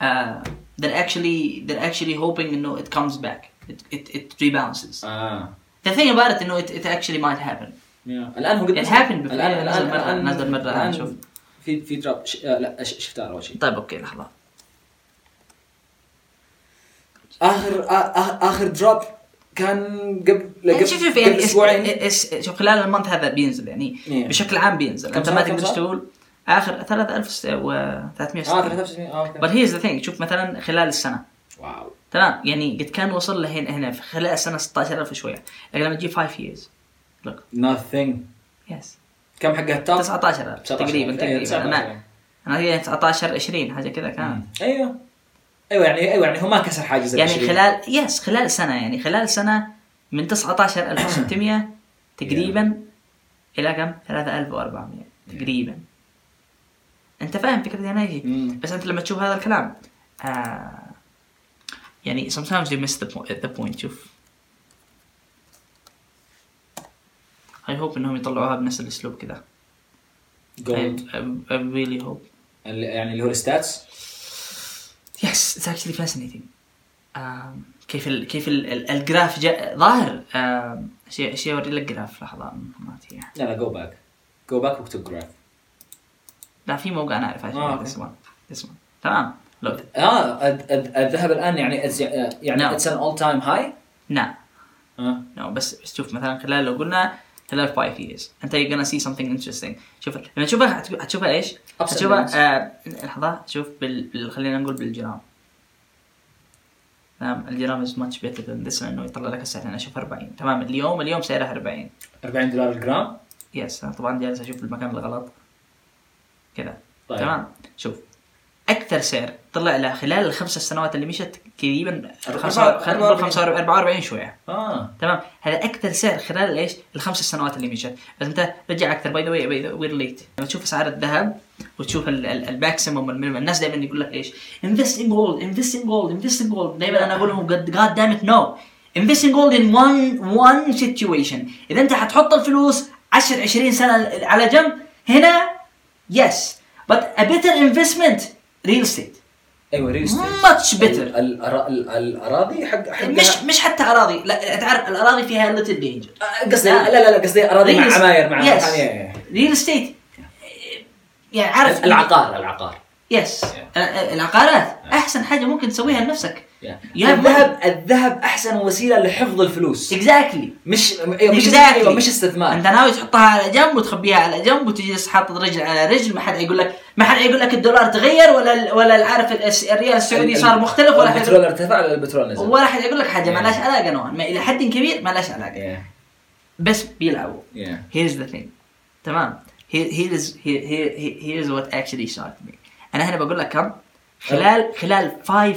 Speaker 1: uh, they're actually they're actually hoping انه it comes back it it, it rebounces
Speaker 2: اه
Speaker 1: the thing about it انه it, it actually might happen
Speaker 2: Yeah. الان هو قد
Speaker 1: It happened before.
Speaker 2: الان
Speaker 1: نزل
Speaker 2: الان
Speaker 1: مرة-
Speaker 2: الان
Speaker 1: نزل مرة،
Speaker 2: الآن
Speaker 1: شوف.
Speaker 2: في في دروب ش... آه، لا ش- شفتها اول شيء
Speaker 1: طيب اوكي لحظه
Speaker 2: اخر آ- آ- اخر دروب كان قبل قبل
Speaker 1: شوف شوف
Speaker 2: قبل
Speaker 1: يعني
Speaker 2: اسبوعين
Speaker 1: اس- اس- شوف خلال المنت هذا بينزل يعني
Speaker 2: Yeah.
Speaker 1: بشكل عام بينزل
Speaker 2: إيه.
Speaker 1: انت
Speaker 2: كم صار؟
Speaker 1: ما
Speaker 2: كم
Speaker 1: تقدر
Speaker 2: صار؟
Speaker 1: تقول اخر 3360
Speaker 2: اه 3600 اه اوكي
Speaker 1: but here's the thing شوف مثلا خلال السنه
Speaker 2: واو
Speaker 1: تمام يعني قد كان وصل لهنا هنا في خلال السنه 16000 وشويه لكن لما تجي 5 years look
Speaker 2: nothing
Speaker 1: yes
Speaker 2: كم حقها التوب؟
Speaker 1: 19000 تقريبا تقريبا انا انا تقريباً 19 20 حاجه كذا كان
Speaker 2: ايوه ايوه يعني ايوه يعني هو ما كسر حاجز ال
Speaker 1: يعني
Speaker 2: 20.
Speaker 1: خلال يس خلال سنه يعني خلال سنه من 19600 تقريبا الى كم 3400 تقريبا انت فاهم فكرتي انا ايش
Speaker 2: مم.
Speaker 1: بس انت لما تشوف هذا الكلام آه يعني sometimes you miss the point, the point شوف I hope انهم يطلعوها بنفس الاسلوب كذا I,
Speaker 2: جولد
Speaker 1: I, I really hope
Speaker 2: اللي- يعني اللي هو الستاتس
Speaker 1: Yes, it's actually fascinating. Um, كيف ال كيف ال ال الجراف جاء ظاهر um, شيء شيء اوري لك جراف لحظه ما أدري.
Speaker 2: لا لا جو باك جو باك واكتب جراف
Speaker 1: لا في موقع انا اعرفه
Speaker 2: آه،
Speaker 1: آه. this one this one تمام لوك
Speaker 2: اه الذ- الذ- الذهب الان يعني it's- يعني
Speaker 1: نعم.
Speaker 2: اتس ان اول تايم هاي
Speaker 1: نعم نو بس بس شوف مثلا خلال لو قلنا خلال 5 years انت you're gonna see something interesting شوف لما تشوفها هتب- هتشوفها ايش؟
Speaker 2: and downs.
Speaker 1: هتشوفها آه لحظه شوف بال... بال... خلينا نقول بالجرام تمام الجرام is much better than this لانه يطلع لك السعر انا اشوف 40 تمام اليوم اليوم سعرها 40
Speaker 2: 40 دولار الجرام
Speaker 1: يس انا طبعا جالس اشوف المكان الغلط كذا طيب.
Speaker 2: طيب.
Speaker 1: تمام شوف اكثر سعر طلع له خلال الخمس سنوات اللي مشت تقريبا
Speaker 2: أربعة-
Speaker 1: 45
Speaker 2: 44.
Speaker 1: 44 شويه
Speaker 2: اه
Speaker 1: تمام هذا اكثر سعر خلال ايش الخمس سنوات اللي مشت بس انت رجع اكثر باي ذا واي وير ليت لما تشوف اسعار الذهب وتشوف الماكسيموم والمينيمم الناس دائما يقول لك ايش invest in gold invest in gold invest in gold دائما انا اقول لهم god God damn it no invest in gold in one one situation اذا انت حتحط الفلوس 10 20 سنه على جنب هنا yes but a better investment real estate
Speaker 2: ايوه ريل
Speaker 1: much better
Speaker 2: الاراضي حق حق
Speaker 1: مش مش حتى اراضي لا تعرف الاراضي فيها ليتل دينجر
Speaker 2: قصدي لا لا لا قصدي اراضي مع
Speaker 1: آه، Real-
Speaker 2: عماير مع
Speaker 1: Yes.
Speaker 2: يعني-
Speaker 1: ريل استيت يعني عارف
Speaker 2: العقار العقار
Speaker 1: يس العقارات احسن حاجه ممكن تسويها لنفسك يا
Speaker 2: الذهب الذهب احسن وسيله لحفظ الفلوس
Speaker 1: اكزاكتلي
Speaker 2: مش أيوة، مش
Speaker 1: Exactly.
Speaker 2: أيوة، مش استثمار
Speaker 1: انت ناوي تحطها على جنب وتخبيها على جنب وتجلس حاطط رجل على رجل ما حد يقول لك ما حد يقول لك الدولار تغير ولا ولا العارف الس- الريال السعودي
Speaker 2: ال-
Speaker 1: صار
Speaker 2: ال-
Speaker 1: مختلف ولا حد
Speaker 2: البترول ارتفع ولا البترول نزل
Speaker 1: ولا حد يقول لك حاجه ما
Speaker 2: Yeah.
Speaker 1: لهاش علاقه نوعا ما الى حد كبير ما لهاش علاقه
Speaker 2: Yeah.
Speaker 1: بس بيلعبوا
Speaker 2: Yeah.
Speaker 1: here's the thing تمام here, here is here, here, here- here's what actually shocked me انا هنا بقول لك كم خلال خلال 5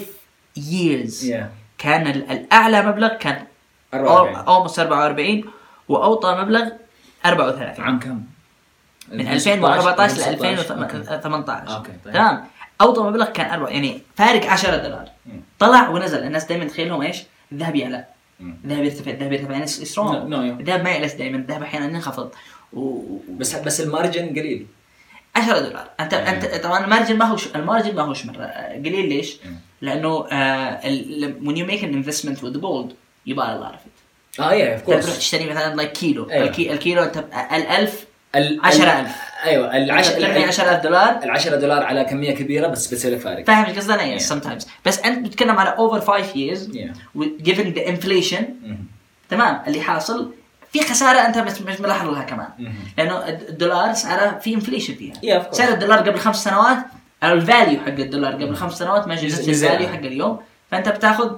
Speaker 1: years
Speaker 2: أه. Yeah.
Speaker 1: كان ال- الاعلى مبلغ كان
Speaker 2: 44.
Speaker 1: almost 44 واوطى مبلغ 34
Speaker 2: عام كم؟
Speaker 1: من 2014 ل
Speaker 2: 2016.
Speaker 1: 2018
Speaker 2: أوكي، طيب.
Speaker 1: تمام اوطى مبلغ كان أربعة يعني فارق 10 دولار
Speaker 2: مم.
Speaker 1: طلع ونزل الناس دائما تخيلهم ايش؟ الذهب يعلى
Speaker 2: مم.
Speaker 1: الذهب يرتفع الذهب يرتفع يعني
Speaker 2: No, no,
Speaker 1: سترونج
Speaker 2: yeah.
Speaker 1: الذهب ما يعلى دائما الذهب احيانا ينخفض و
Speaker 2: بس بس المارجن قليل
Speaker 1: 10 دولار انت
Speaker 2: مم.
Speaker 1: انت طبعا المارجن ما هو المارجن ما هوش مره آه، قليل ليش؟
Speaker 2: مم.
Speaker 1: لانه آه، ال- ل- when you make an investment with gold you buy a lot of it
Speaker 2: اه يا اوف
Speaker 1: تروح
Speaker 2: كورس
Speaker 1: تشتري مثلا لايك كيلو
Speaker 2: أيوة.
Speaker 1: الكي- الكيلو انت ب 1000 10,000.
Speaker 2: ايوه ال 10
Speaker 1: 10000 يعني دولار
Speaker 2: ال 10 دولار على كميه كبيره بس بتصير فارق
Speaker 1: فاهم ايش قصدي انا يعني
Speaker 2: Yeah.
Speaker 1: sometimes بس انت بتتكلم على over 5 years
Speaker 2: Yeah. Mm-hmm.
Speaker 1: with- given the inflation
Speaker 2: مم.
Speaker 1: تمام اللي حاصل في خساره انت مش مش ملاحظ لها كمان
Speaker 2: Mhm.
Speaker 1: لانه الد- الدولار سعره في انفليشن
Speaker 2: Yeah, of
Speaker 1: فيها
Speaker 2: course.
Speaker 1: سعر الدولار قبل خمس سنوات الفاليو حق الدولار قبل
Speaker 2: Mm-hmm.
Speaker 1: خمس سنوات ما يجوز
Speaker 2: مش زي
Speaker 1: الفاليو
Speaker 2: الآن.
Speaker 1: حق اليوم فانت بتاخذ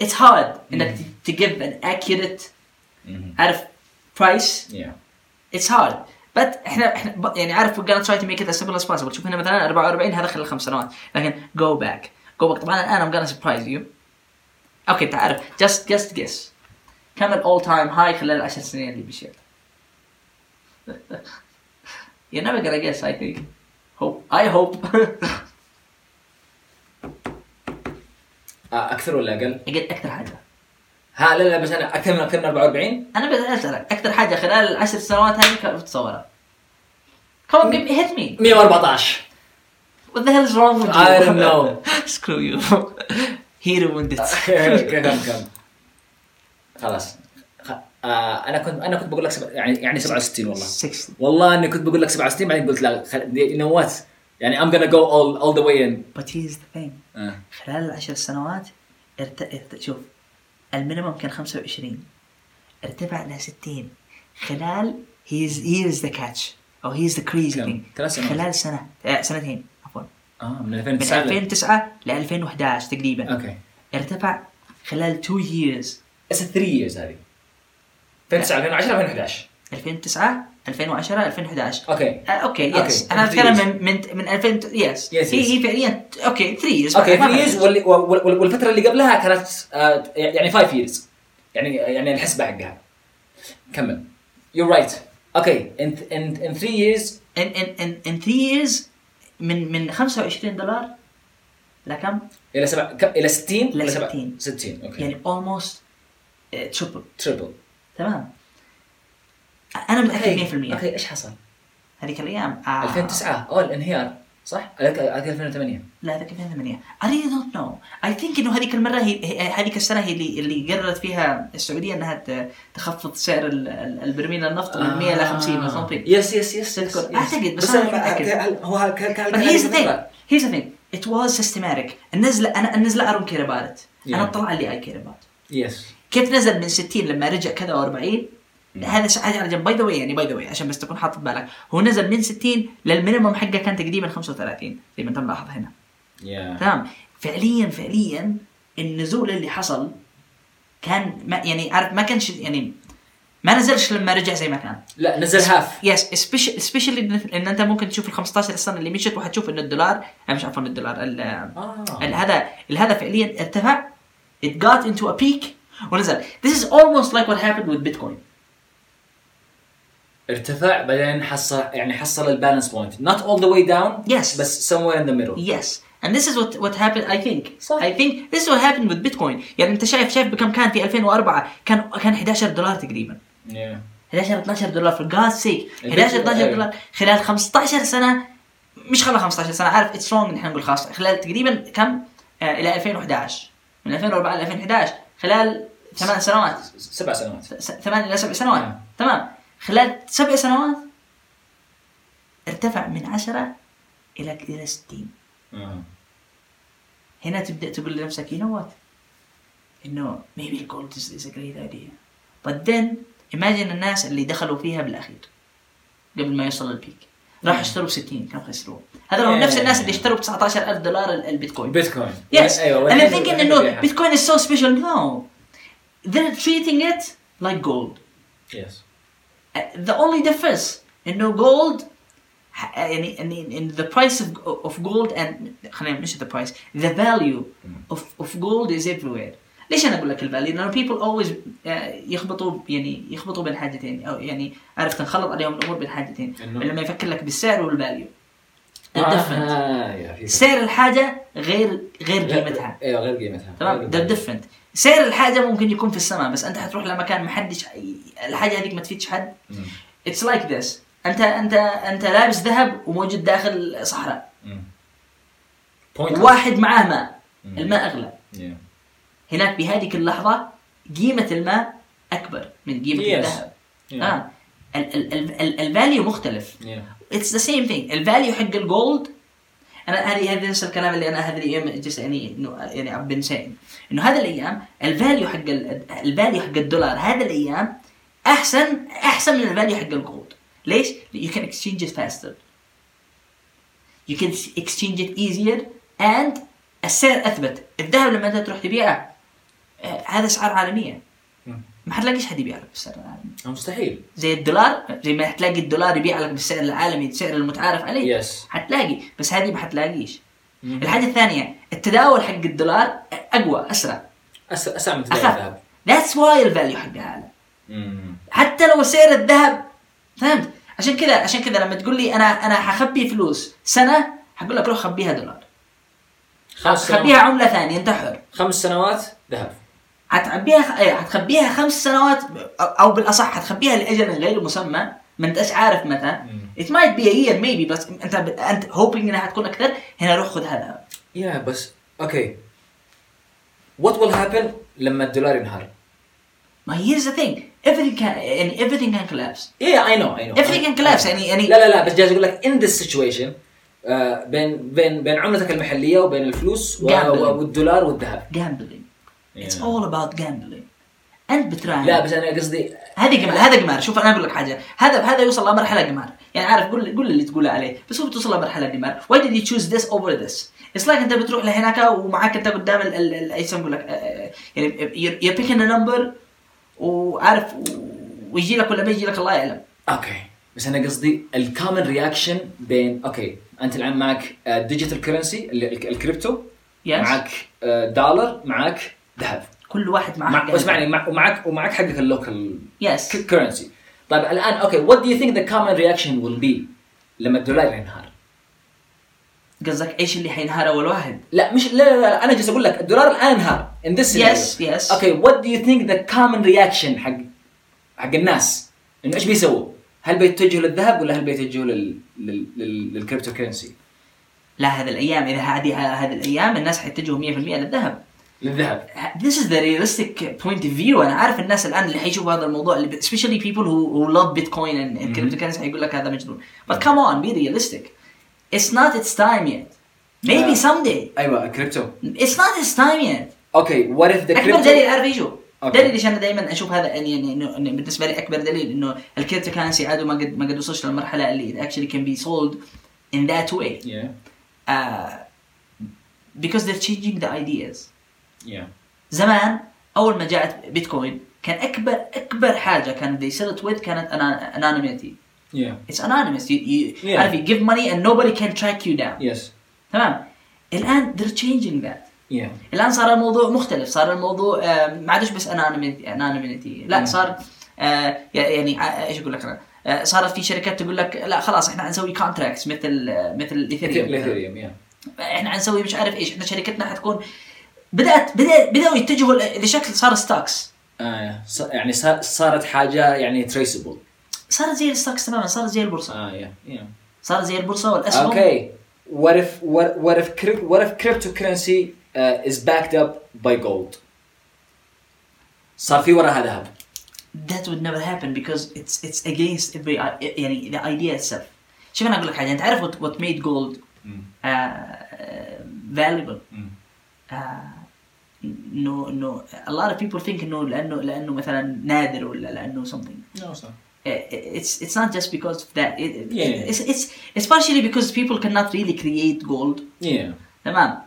Speaker 1: اتس هارد انك
Speaker 2: Mm-hmm.
Speaker 1: to give an accurate
Speaker 2: مم.
Speaker 1: عارف price
Speaker 2: Yeah.
Speaker 1: اتس هارد بس احنا احنا ب- يعني عارف وي تراي تو ميك ات as simple as possible شوف هنا مثلا 44 هذا خلال خمس سنوات لكن جو باك جو باك طبعا الان ام gonna سربرايز يو اوكي انت عارف just just guess كم الاول تايم هاي خلال العشر سنين اللي مشيت You're never gonna guess I think hope I hope
Speaker 2: آه اكثر ولا اقل؟
Speaker 1: قلت اكثر حاجه
Speaker 2: ها لا لا بس انا اكثر من اكثر من 44
Speaker 1: انا بس اسالك اكثر حاجه خلال العشر سنوات هذه كيف تتصورها؟ Come on, give me, hit me.
Speaker 2: 114
Speaker 1: What the hell is wrong with you?
Speaker 2: I don't know.
Speaker 1: Screw you. He ruined it.
Speaker 2: كم كم خلاص خ... آه انا كنت انا كنت بقول لك سب... يعني يعني 67 والله
Speaker 1: 60.
Speaker 2: والله اني كنت بقول لك 67 بعدين قلت لا خل... you know what يعني I'm gonna go all all the way in
Speaker 1: But here's the thing.
Speaker 2: آه.
Speaker 1: خلال العشر سنوات ارت... ارت... شوف المينيمم كان 25 ارتفع ل 60 خلال here's here's the catch او here's the crazy
Speaker 2: كم؟
Speaker 1: thing
Speaker 2: ثلاث سنوات.
Speaker 1: خلال سنة آه، سنتين عفوا
Speaker 2: اه من
Speaker 1: من
Speaker 2: 2009 ل-
Speaker 1: 2009 ل 2011 تقريبا
Speaker 2: اوكي
Speaker 1: ارتفع خلال 2 years
Speaker 2: بس 3 years هذه 2009 2010 2011
Speaker 1: 2009 2010 2011
Speaker 2: اوكي
Speaker 1: آه، اوكي
Speaker 2: أوكي.
Speaker 1: يس انا
Speaker 2: three
Speaker 1: اتكلم
Speaker 2: years.
Speaker 1: من من من 2000 يس
Speaker 2: Yes,
Speaker 1: هي
Speaker 2: yes.
Speaker 1: هي فعليا اوكي 3 years
Speaker 2: اوكي 3 years واللي- وال- وال- والفتره اللي قبلها كانت آه، يعني 5 years يعني يعني الحسبه حقها كمل يو رايت اوكي ان ان ان 3 years
Speaker 1: ان ان ان ان 3 years من من 25 دولار لكم
Speaker 2: الى سبع كم الى 60
Speaker 1: إلى
Speaker 2: إلى سبع-
Speaker 1: 60.
Speaker 2: 60 اوكي
Speaker 1: يعني almost تشبل
Speaker 2: تربل
Speaker 1: تمام انا متاكد 100%
Speaker 2: اوكي ايش حصل؟
Speaker 1: هذيك الايام آه،
Speaker 2: 2009 اول انهيار صح؟ هذاك هذاك 2008
Speaker 1: لا هذيك 2008 I really don't know I think انه هذيك المره هي هي- هذيك السنه هي اللي اللي قررت فيها السعوديه انها ت- تخفض سعر ال- ال- البرميل النفط من 100 ل
Speaker 2: آه.
Speaker 1: 50 or something
Speaker 2: يس يس يس
Speaker 1: تذكر.
Speaker 2: يس.
Speaker 1: أعتقد، بس أنا مش
Speaker 2: أنا-
Speaker 1: متأكد.
Speaker 2: هل- هو هل- كان كان
Speaker 1: But here's the thing. Here's the thing. It was systematic. النزلة أنا النزلة I don't care about it.
Speaker 2: Yeah.
Speaker 1: أنا الطلعة اللي I care about.
Speaker 2: يس
Speaker 1: كيف نزل من 60 لما رجع كذا و40 هذا ش- حاجة على جنب باي ذا واي يعني باي ذا واي عشان بس تكون حاطط بالك هو نزل من 60 للمينيمم حقه كان تقريبا 35 زي ما انت ملاحظ هنا تمام فعليا فعليا النزول اللي حصل كان ما يعني عارف ما كانش يعني ما نزلش لما رجع زي ما كان
Speaker 2: لا نزل هاف
Speaker 1: يس سبيشلي ان انت ممكن تشوف ال 15 سنه اللي مشت وحتشوف ان الدولار آه، مش عفوا الدولار ال- ال- هذا الهذا فعليا ارتفع it got into a peak ونزل this is almost like what happened with bitcoin
Speaker 2: ارتفع بعدين حصل يعني حصل البالانس بوينت not all the way down
Speaker 1: Yes.
Speaker 2: بس somewhere in the middle
Speaker 1: yes and this is what what happened I think
Speaker 2: صح.
Speaker 1: I think this is what happened with bitcoin يعني انت شايف شايف بكم كان في 2004 كان كان 11 دولار تقريبا 11 12 دولار في الجاز سيك 11 12
Speaker 2: أيوة.
Speaker 1: دولار خلال 15 سنه مش خلال 15 سنه عارف اتس رونج ان احنا نقول خاص خلال تقريبا كم آه، الى 2011 من 2004 ل 2011 خلال ثمان سنوات
Speaker 2: س- سبع سنوات
Speaker 1: س- ثمان الى سبع سنوات
Speaker 2: نعم.
Speaker 1: تمام خلال سبع سنوات ارتفع من 10 الى الى 60
Speaker 2: آه.
Speaker 1: هنا تبدا تقول لنفسك you know what انه maybe gold is, is a great idea but then imagine الناس اللي دخلوا فيها بالاخير قبل ما يوصل البيك راح اشتروا ب 60 كم خسروا هذول هم نفس الناس اللي اشتروا ب 19000 دولار ال- البيتكوين
Speaker 2: بيتكوين
Speaker 1: Yes.
Speaker 2: ايوه
Speaker 1: and I'm
Speaker 2: وين-
Speaker 1: thinking
Speaker 2: وين
Speaker 1: no,
Speaker 2: بيبيعها؟
Speaker 1: Bitcoin is so special. No, they're treating it like gold.
Speaker 2: Yes.
Speaker 1: Uh, the only difference, you know, gold, ha- uh, and, and, and the price of, of gold and خلينا مش the price, the value of, of gold is everywhere. ليش انا اقول لك الفاليو؟ لانه people always uh, يخبطوا يعني يخبطوا بين حاجتين او يعني عرفت تنخلط عليهم الامور بين حاجتين
Speaker 2: إنه-
Speaker 1: لما يفكر لك بالسعر والفاليو. The difference.
Speaker 2: آه، يا في-
Speaker 1: سعر الحاجه غير غير
Speaker 2: غير-
Speaker 1: قيمتها.
Speaker 2: ايوه غير قيمتها
Speaker 1: تمام
Speaker 2: غير
Speaker 1: ده
Speaker 2: قيمتها.
Speaker 1: ديفرنت سعر الحاجه ممكن يكون في السماء بس انت حتروح لمكان ما حدش الحاجه هذيك ما تفيدش حد
Speaker 2: مم.
Speaker 1: اتس لايك ذس انت انت انت لابس ذهب وموجود داخل صحراء
Speaker 2: مم. Pointless.
Speaker 1: واحد معاه ماء
Speaker 2: مم.
Speaker 1: الماء اغلى
Speaker 2: Yeah.
Speaker 1: هناك بهذيك اللحظه قيمه الماء اكبر من قيمه
Speaker 2: Yes.
Speaker 1: الذهب
Speaker 2: Yeah.
Speaker 1: اه الفاليو مختلف
Speaker 2: Yeah.
Speaker 1: اتس ذا سيم ثينج الفاليو حق الجولد انا هذه هذا نفس الكلام اللي انا هذه الايام جالس يعني انه يعني عم بنسين انه هذا الايام الفاليو حق ال- الفاليو حق الدولار هذا الايام احسن احسن من الفاليو حق الجولد ليش؟ you can exchange it faster you can exchange it easier and السعر اثبت الذهب لما انت تروح تبيعه آه، هذا اسعار عالميه
Speaker 2: مم.
Speaker 1: ما حتلاقيش حد يبيع لك بالسعر العالمي
Speaker 2: مستحيل
Speaker 1: زي الدولار زي ما حتلاقي الدولار يبيع لك بالسعر العالمي السعر المتعارف عليه
Speaker 2: Yes.
Speaker 1: حتلاقي بس هذه ما حتلاقيش
Speaker 2: مم.
Speaker 1: الحاجه الثانيه التداول حق الدولار اقوى اسرع
Speaker 2: أس- اسرع من تداول
Speaker 1: اخف
Speaker 2: الذهب
Speaker 1: ذاتس واي الفاليو حقها اعلى
Speaker 2: مم.
Speaker 1: حتى لو سعر الذهب فهمت عشان كذا عشان كذا لما تقول لي انا انا حخبي فلوس سنه حقول لك روح خبيها دولار
Speaker 2: خمس
Speaker 1: خبيها
Speaker 2: سنوات
Speaker 1: عمله ثانيه انت حر
Speaker 2: خمس سنوات ذهب
Speaker 1: حتعبيها إيه، حتخبيها خمس سنوات او بالاصح حتخبيها لاجل غير مسمى ما انتش عارف متى
Speaker 2: مم.
Speaker 1: ات مايت بي year maybe بس انت انت هوبينج انها حتكون اكثر هنا روح خذ هذا
Speaker 2: يا بس اوكي وات ويل هابن لما الدولار ينهار؟
Speaker 1: ما هي ذا ثينج everything can يعني everything can collapse
Speaker 2: يا اي نو اي نو
Speaker 1: everything can collapse يعني يعني
Speaker 2: لا لا لا بس جاي اقول لك ان ذيس سيتويشن uh, بين بين بين عملتك المحليه وبين الفلوس و-
Speaker 1: Gambling.
Speaker 2: و- والدولار والذهب
Speaker 1: gambling it's
Speaker 2: Yeah.
Speaker 1: all about gambling انت بتراهن
Speaker 2: لا بس انا قصدي
Speaker 1: هذه جمال هذا جمال شوف انا اقول لك حاجه هذا هذا يوصل لمرحله جمال يعني عارف قول قول اللي تقوله عليه بس هو بتوصل لمرحله جمال why did you choose this over this it's like انت بتروح لهناك ومعاك انت قدام ال ال ال ايش اقول لك آه، آه، يعني you're- you're picking a number وعارف و- ويجي لك ولا ما يجي لك الله يعلم
Speaker 2: اوكي بس انا قصدي الكومن رياكشن بين اوكي انت الان معك uh, ديجيتال كرنسي الكريبتو
Speaker 1: Yes.
Speaker 2: معك آه، دولار معك ذهب
Speaker 1: كل واحد معاه
Speaker 2: مع-
Speaker 1: حاجة.
Speaker 2: اسمعني مع- ومعك ومعك حقك اللوكال
Speaker 1: Yes.
Speaker 2: كرنسي طيب الان اوكي وات دو يو ثينك ذا كومن رياكشن ويل بي لما الدولار ينهار
Speaker 1: قصدك ايش اللي حينهار اول واحد
Speaker 2: لا مش لا لا, لا انا جالس اقول لك الدولار الان انهار in this
Speaker 1: Yes,
Speaker 2: scenario.
Speaker 1: yes.
Speaker 2: اوكي وات دو يو ثينك ذا كومن رياكشن حق حق الناس انه ايش بيسووا؟ هل بيتجهوا للذهب ولا هل بيتجهوا لل لل لل للكريبتو كرنسي؟
Speaker 1: لا هذه الايام اذا هذه هذه الايام الناس حيتجهوا 100% للذهب
Speaker 2: للذهب
Speaker 1: This is the realistic point of view انا عارف الناس الان اللي حيشوفوا هذا الموضوع اللي especially people who, who love bitcoin and, and cryptocurrency حيقول لك هذا مجنون but come on be realistic it's not its time yet maybe
Speaker 2: Yeah.
Speaker 1: someday
Speaker 2: ايوه الكريبتو
Speaker 1: it's not its time yet
Speaker 2: اوكي وات اف ذا
Speaker 1: اكبر
Speaker 2: كريبتو
Speaker 1: دليل عارف ايش هو؟
Speaker 2: Okay.
Speaker 1: دليل ليش انا دائما اشوف هذا يعني يعني انه إنه بالنسبه لي اكبر دليل انه الكريبتو كرنسي عاد ما قد ما قد وصلش للمرحله اللي it actually can be sold in that way
Speaker 2: يا
Speaker 1: uh, because they're changing the ideas
Speaker 2: يا
Speaker 1: زمان اول ما جاءت بيتكوين كان اكبر اكبر حاجه كان they sell it with كانت أنا- anonymity
Speaker 2: يا
Speaker 1: it's anonymous you, you
Speaker 2: Yeah.
Speaker 1: عارف you give money and nobody can track you down
Speaker 2: يس
Speaker 1: تمام الان they're changing that
Speaker 2: يا
Speaker 1: الان صار الموضوع مختلف صار الموضوع آه، ما عادش بس انانيميتي لا
Speaker 2: مم.
Speaker 1: صار آه، يعني آه، ايش اقول لك انا آه، صارت في شركات تقول لك لا خلاص احنا حنسوي كونتراكتس مثل آه، مثل الايثيريوم
Speaker 2: الاثيريوم يا
Speaker 1: احنا حنسوي مش عارف ايش احنا شركتنا حتكون بدات بدأ بداوا يتجهوا ل- لشكل صار ستوكس
Speaker 2: يعني صار- صارت حاجه يعني تريسبل
Speaker 1: صارت زي الستوكس تماما صارت زي البورصه
Speaker 2: اه يا يا
Speaker 1: صارت زي البورصه والاسهم
Speaker 2: Okay. What if what what if crypt, what if cryptocurrency uh, is backed up by gold صار في وراها ذهب
Speaker 1: that would never happen because it's it's against every يعني the idea itself شوف انا اقول لك حاجه انت عارف what, what made gold uh, valuable uh, انه انه a lot of people think انه لانه لانه مثلا نادر ولا لانه something
Speaker 3: No, it's not.
Speaker 1: Eh, it's it's not just because of that it,
Speaker 2: Yeah.
Speaker 1: it's it's it's partially because people cannot really create gold
Speaker 2: yeah
Speaker 1: تمام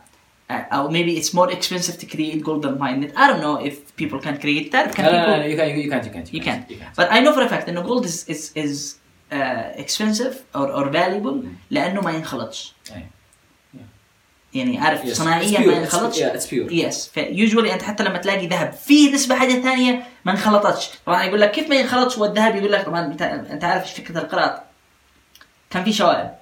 Speaker 1: Uh, or maybe it's more expensive to create gold than mine it I don't know if people can create that can
Speaker 2: no, no,
Speaker 1: people
Speaker 2: no, no, you can't, you can't, you can't,
Speaker 1: you can
Speaker 2: you can't.
Speaker 1: but I know for a fact انه gold is is is uh, expensive or or valuable
Speaker 2: Mm.
Speaker 1: لانه ما ينخلطش
Speaker 2: أي.
Speaker 1: يعني عارف
Speaker 2: Yes. It's
Speaker 1: صناعيا
Speaker 2: pure.
Speaker 1: ما
Speaker 2: It's-
Speaker 1: ينخلطش
Speaker 2: yeah, it's pure.
Speaker 1: يس فيوجولي انت حتى لما تلاقي ذهب فيه نسبه حاجه ثانيه ما انخلطتش طبعا يقول لك كيف ما ينخلطش والذهب يقول لك طبعا انت, انت عارف ايش فكره القراط كان في شوارع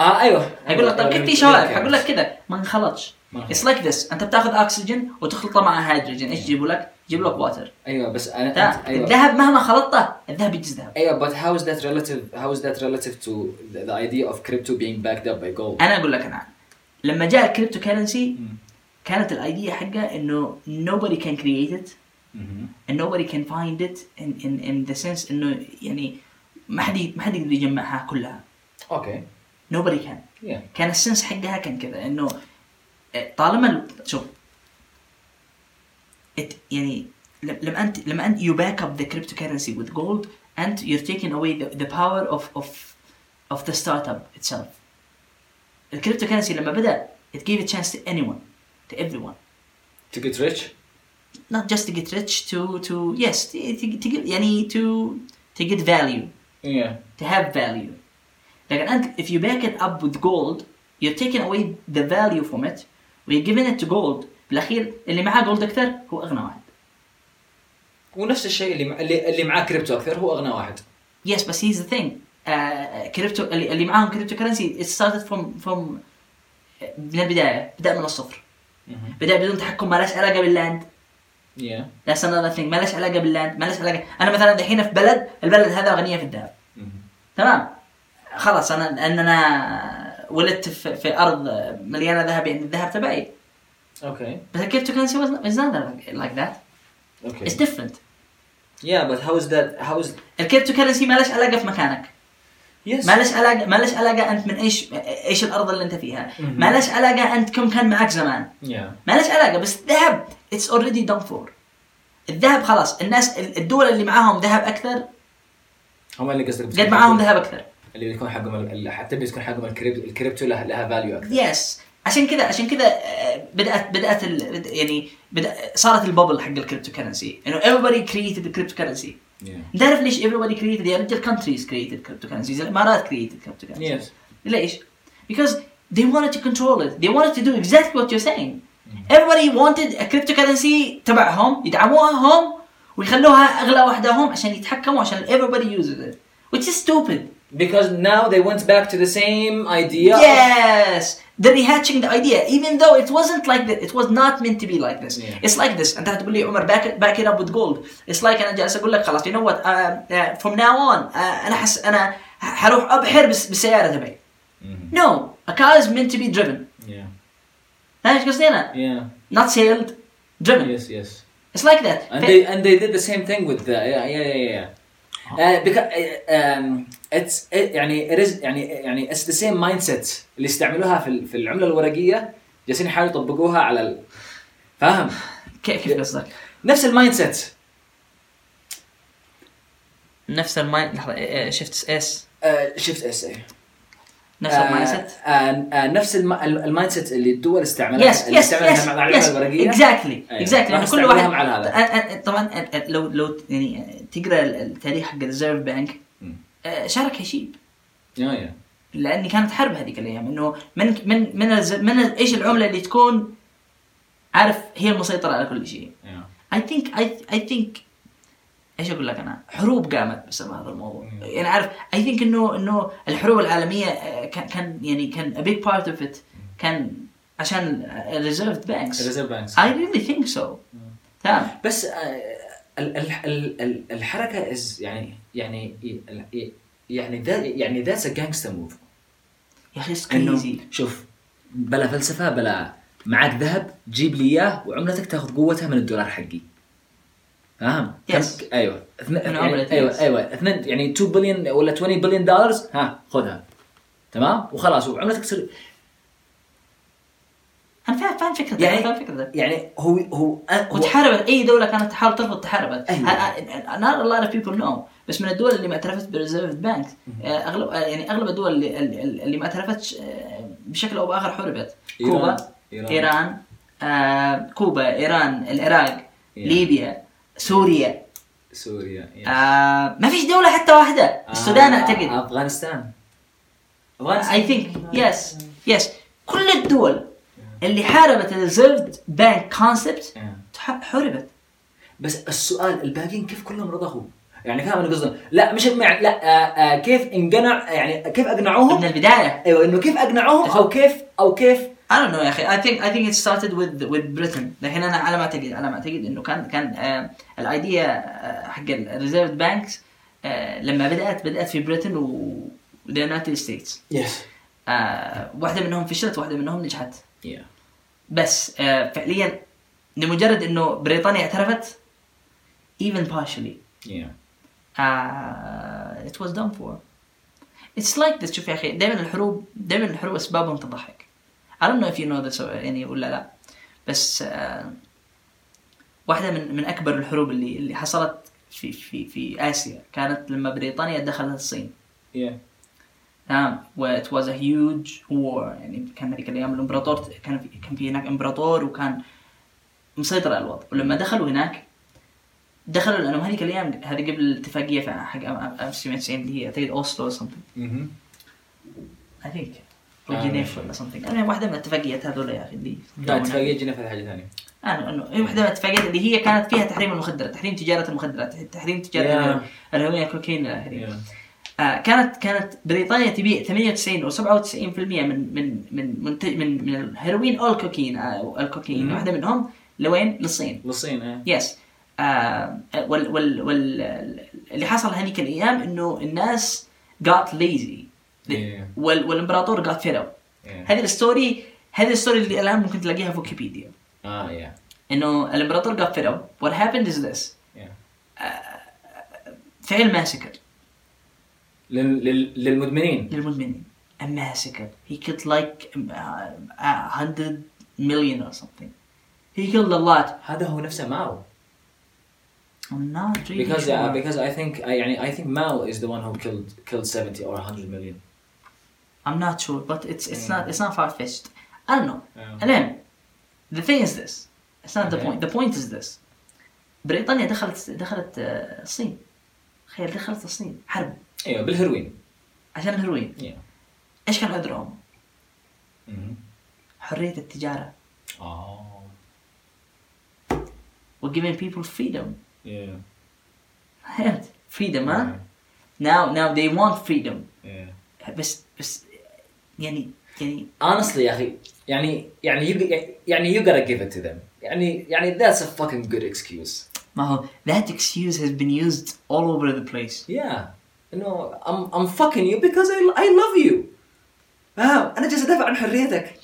Speaker 2: اه ايوه
Speaker 1: هيقول لك طب كيف في شوارع هقول لك كده ما انخلطش
Speaker 2: ما انخلطش.
Speaker 1: اتس لايك ذس انت بتاخذ اكسجين وتخلطه مع هيدروجين ايش يجيبوا لك؟ يجيبوا لك واتر
Speaker 2: ايوه بس انا أنت- ايوه
Speaker 1: الذهب مهما خلطته الذهب يجي ذهب
Speaker 2: ايوه but how is that relative how is that relative to the, the idea of crypto being backed up by gold
Speaker 1: انا اقول لك انا لما جاء الكريبتو كرنسي كانت الايديا حقه انه nobody can create it
Speaker 2: Mm-hmm.
Speaker 1: and nobody can find it in in in the sense انه يعني ما حد ي- ما حد يقدر يجمعها كلها
Speaker 2: اوكي
Speaker 1: nobody can
Speaker 2: yeah
Speaker 1: كان السنس حقها كان كذا انه طالما ال- شوف it يعني ل- لما انت لما انت you back up the cryptocurrency with gold and you're taking away the, the power of of of the startup itself الكريبتوكرنسي لما بدا it gave a chance to anyone to everyone
Speaker 2: to get rich
Speaker 1: not just to get rich to to yes to, to, to get يعني to to get value
Speaker 2: yeah
Speaker 1: to have value لكن أنت if you back it up with gold you're taking away the value from it we're giving it to gold بالأخير اللي معاه gold أكثر هو أغنى واحد
Speaker 2: ونفس الشيء اللي مع... اللي اللي معاه كريبتو اكثر هو اغنى واحد
Speaker 1: yes بس here's the thing آه, كريبتو اللي, اللي معاهم كريبتو كرنسي it started from from من البداية بدأ من الصفر بدأ بدون تحكم ما لاش علاقة باللاند
Speaker 2: yeah
Speaker 1: That's another thing ما لاش علاقة باللاند ما لاش علاقة أنا مثلا الحين في بلد البلد هذا غنية في الذهب تمام خلاص انا لان انا ولدت في, في ارض مليانه ذهب يعني الذهب تبعي
Speaker 2: اوكي
Speaker 1: بس الكريبتو كرنسي از نوت لايك ذات اتس
Speaker 2: اوكي
Speaker 1: ديفرنت
Speaker 2: yeah but how is that how is
Speaker 1: الكريبتو كرنسي ما لهاش علاقه في مكانك
Speaker 2: yes
Speaker 1: ما لهاش علاقه ما لهاش علاقه انت من ايش ايش الارض اللي انت فيها
Speaker 2: مهم.
Speaker 1: ما لهاش علاقه انت كم كان معك زمان
Speaker 2: yeah
Speaker 1: ما لهاش علاقه بس الذهب اتس اوريدي دون فور الذهب خلاص الناس الدول اللي معاهم ذهب اكثر
Speaker 2: هم اللي قصدك
Speaker 1: قد معاهم ذهب اكثر
Speaker 2: اللي بيكون حقهم ال- ال- حتى بيكون حقهم الكريبتو الكريبتو لها لها فاليو اكثر
Speaker 1: يس عشان كذا عشان كذا آه، بدات بدات ال... بد- يعني بدأ صارت الببل حق الكريبتو كرنسي انه everybody created the cryptocurrency
Speaker 2: yeah
Speaker 1: انت عارف ليش everybody created يا رجال countries created cryptocurrencies الامارات created cryptocurrencies
Speaker 2: yes
Speaker 1: ليش؟ because they wanted to control it they wanted to do exactly what you're saying everybody wanted a cryptocurrency تبعهم يدعموها هم ويخلوها اغلى واحده هم عشان يتحكموا عشان everybody uses it which is stupid
Speaker 2: Because now they went back to the same idea.
Speaker 1: Yes, the rehatching the idea, even though it wasn't like that. It was not meant to be like this.
Speaker 2: Yeah.
Speaker 1: It's like this. أنت هتقول لي عمر back it, back it up with gold. It's like أنا جالس أقول لك خلاص you know what uh, uh, from now on uh, أنا حس أنا ح- هروح أبحر بس بالسيارة تبعي.
Speaker 2: Mhm.
Speaker 1: No, a car is meant to be driven.
Speaker 2: Yeah.
Speaker 1: فاهم ايش قصدي أنا؟
Speaker 2: Yeah.
Speaker 1: Not sailed, driven.
Speaker 2: Yes. Yes.
Speaker 1: It's like that.
Speaker 2: And
Speaker 1: ف-
Speaker 2: they and they did the same thing with the yeah yeah yeah yeah. Uh, because uh, um, it's it, يعني it is يعني يعني it's the same mindset اللي استعملوها في ال- في العملة الورقية جالسين يحاولوا يطبقوها على ال... فاهم؟
Speaker 1: كيف كيف قصدك؟
Speaker 2: نفس المايند سيت
Speaker 1: نفس المايند لحظة إيه، شفت اس
Speaker 2: Uh, شفت إيه؟ اس اي
Speaker 1: نفس المايند سيت
Speaker 2: uh, نفس المايند سيت اللي الدول استعملتها
Speaker 1: يس
Speaker 2: اللي
Speaker 1: يس
Speaker 2: استعملتها مع العملة
Speaker 1: يس
Speaker 2: الورقية
Speaker 1: اكزاكتلي
Speaker 2: أيوة.
Speaker 1: اكزاكتلي
Speaker 2: راح
Speaker 1: لانه كل
Speaker 2: نستعملها
Speaker 1: واحد
Speaker 2: مع هذا.
Speaker 1: أ- أ- طبعا أ- أ- لو لو ت- يعني تقرا ال- التاريخ حق الريزيرف بانك
Speaker 2: مم.
Speaker 1: شارك هشيب
Speaker 2: Mm. Yeah, yeah.
Speaker 1: لان كانت حرب هذيك الايام انه من من من الز- من ال- ايش العمله اللي تكون عارف هي المسيطره على كل شيء
Speaker 2: Yeah.
Speaker 1: اي ثينك اي ثينك ايش اقول لك انا؟ حروب قامت بسبب هذا الموضوع،
Speaker 2: مم.
Speaker 1: يعني عارف اي ثينك انه انه الحروب العالميه آه، كان كان يعني كان a big part of it كان عشان الريزيرف بانكس
Speaker 2: Reserve banks.
Speaker 1: I really think so.
Speaker 2: Mm.
Speaker 1: تمام
Speaker 2: بس آه، ال- ال- ال- ال- الحركه از يعني يعني ي- يعني ذا يعني ذاتس ا جانجستا موف um,
Speaker 1: يا اخي اتس كريزي
Speaker 2: شوف بلا فلسفه بلا معك ذهب جيب لي اياه وعملتك تاخذ قوتها من الدولار حقي فاهم؟
Speaker 1: Yes.
Speaker 2: ايوه اثن...
Speaker 1: من
Speaker 2: يعني
Speaker 1: عملة
Speaker 2: ايوه
Speaker 1: yes.
Speaker 2: ايوه اثنين يعني 2 بليون ولا 20 بليون دولار ها خذها تمام وخلاص وعملتك تصير
Speaker 1: انا فاهم فاهم فكرتك
Speaker 2: يعني-
Speaker 1: يعني فاهم فكرتك
Speaker 2: يعني هو هو, هو
Speaker 1: وتحاربت اي دوله كانت تحاول ترفض تحاربت
Speaker 2: أيوة.
Speaker 1: نار الله اوف بيبل نو بس من الدول اللي ما اعترفت بريزيرف بانك اغلب آه، يعني اغلب الدول اللي اللي, اللي ما اعترفتش آه، بشكل او باخر حربت
Speaker 2: إيران.
Speaker 1: كوبا
Speaker 2: إيران.
Speaker 1: ايران آه، كوبا ايران العراق
Speaker 2: إيران.
Speaker 1: ليبيا سوريا
Speaker 2: سوريا يعني.
Speaker 1: آه، ما فيش دوله حتى واحده السودان
Speaker 2: آه.
Speaker 1: اعتقد
Speaker 2: افغانستان
Speaker 1: I think yes yes كل الدول اللي حاربت الريزيرفد بانك كونسبت
Speaker 2: آه.
Speaker 1: حربت
Speaker 2: بس السؤال الباقيين كيف كلهم رضخوا؟ يعني فاهم انا قصدي لا مش مع لا آه آه كيف انقنع يعني كيف
Speaker 1: من
Speaker 2: اقنعوهم
Speaker 1: البدايه
Speaker 2: ايوه انه كيف اقنعوهم او كيف او كيف
Speaker 1: I don't know يا اخي I think I think it started with with Britain الحين انا على ما اعتقد على ما اعتقد انه كان كان الايديا حق الريزيرف بانكس آه، لما بدات بدات في بريتن و the United States
Speaker 2: يس
Speaker 1: آه، واحده منهم فشلت واحده منهم نجحت بس آه، فعليا لمجرد انه بريطانيا اعترفت even partially uh, it was done for. It's like this شوف يا اخي دائما الحروب دائما الحروب اسبابهم تضحك. I don't know if you know this or- يعني ولا لا بس آه، واحدة من من أكبر الحروب اللي اللي حصلت في في في آسيا كانت لما بريطانيا دخلت الصين تمام نعم، و it was a huge war يعني كان هذيك الأيام الإمبراطور كان في كان في هناك إمبراطور وكان مسيطر على الوضع ولما دخلوا هناك دخلوا لانهم هذيك الايام هذه قبل الاتفاقيه في- حق 1990 اللي هي اعتقد اوسلو اور سمثينج
Speaker 2: Mm-hmm.
Speaker 1: اي ثينك او
Speaker 2: آه.
Speaker 1: جنيف ولا سمثينج انا واحده يعني من الاتفاقيات هذول يا اخي اللي آه،
Speaker 2: جينا حاجه ثانيه
Speaker 1: انا انه هي واحده من الاتفاقيات اللي هي كانت فيها تحريم المخدرات تحريم تجاره المخدرات تحريم تجاره
Speaker 2: Yeah.
Speaker 1: الهويه الكوكايين الى اخره آه، كانت كانت بريطانيا تبيع 98 او 97% من من من منتج من من الهيروين آه، او الكوكايين او الكوكايين
Speaker 2: مم.
Speaker 1: واحده منهم لوين للصين
Speaker 2: للصين ايه
Speaker 1: يس آه وال وال وال اللي حصل هذيك الايام انه الناس got lazy
Speaker 2: Yeah.
Speaker 1: وال والامبراطور got fed up هذه الستوري هذه الستوري اللي الان ممكن تلاقيها في ويكيبيديا
Speaker 2: اه يا
Speaker 1: انه الامبراطور got fed up what happened is this فعل ماسكر
Speaker 2: للمدمنين
Speaker 1: للمدمنين a massacre he killed like uh, 100 million or something he killed a lot
Speaker 2: هذا هو نفسه ماو
Speaker 1: I'm not really
Speaker 2: because
Speaker 1: sure.
Speaker 2: uh, because I think I يعني I think Mao is the one who killed killed 70 or 100 million
Speaker 1: I'm not sure, but it's it's
Speaker 2: Yeah.
Speaker 1: not it's not far fetched. I don't know.
Speaker 2: Yeah.
Speaker 1: And then the thing is this. It's not the
Speaker 2: Okay.
Speaker 1: point. The point is this. بريطانيا دخلت دخلت آه، الصين. تخيل دخلت الصين حرب
Speaker 2: ايوه بالهيروين
Speaker 1: عشان الهيروين.
Speaker 2: Yeah.
Speaker 1: ايش كان عذرهم؟
Speaker 2: Mhm.
Speaker 1: حرية التجارة.
Speaker 2: Oh.
Speaker 1: We're giving people freedom.
Speaker 2: Yeah.
Speaker 1: فهمت؟ freedom ها؟ Now now they want freedom.
Speaker 2: Yeah.
Speaker 1: بس بس يعني يعني
Speaker 2: Honestly يا اخي يعني يعني you, يعني you gotta give it to them يعني يعني that's a fucking good excuse.
Speaker 1: ما هو that excuse has been used all over the place.
Speaker 2: Yeah. No, I'm I'm fucking you because I I love you. فاهم؟ انا جالس ادافع عن حريتك.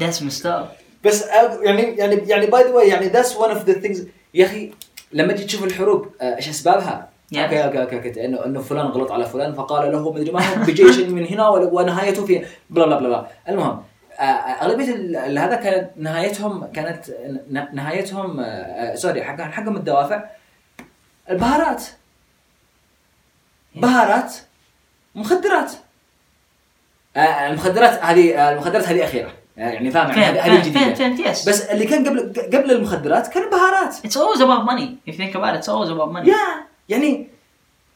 Speaker 1: That's messed up.
Speaker 2: بس أ- يعني يعني يعني باي ذا واي يعني ذاتس ون اوف ذا ثينجز يا اخي لما تجي تشوف الحروب آه، ايش اسبابها؟
Speaker 1: Yes.
Speaker 2: اوكي اوكي اوكي اوكي انه انه فلان غلط على فلان فقال له مدري ما هو بجيش من هنا ول- ونهايته في بلا بلا بلا بلا المهم آه، آه، اغلبيه ال- ال- هذا كانت نهايتهم كانت ن- نهايتهم آه، آه، سوري حق حقهم الدوافع البهارات
Speaker 1: إيه.
Speaker 2: بهارات مخدرات آه، المخدرات هذه آه، المخدرات هذه اخيره يعني فاهم يعني
Speaker 1: فهمت
Speaker 2: هذه- هذه
Speaker 1: فهمت
Speaker 2: الجديده
Speaker 1: فهمت فهمت yes.
Speaker 2: بس اللي كان قبل قبل المخدرات كان بهارات
Speaker 1: It's always about money. If you think about it, it's always about money.
Speaker 2: يا يعني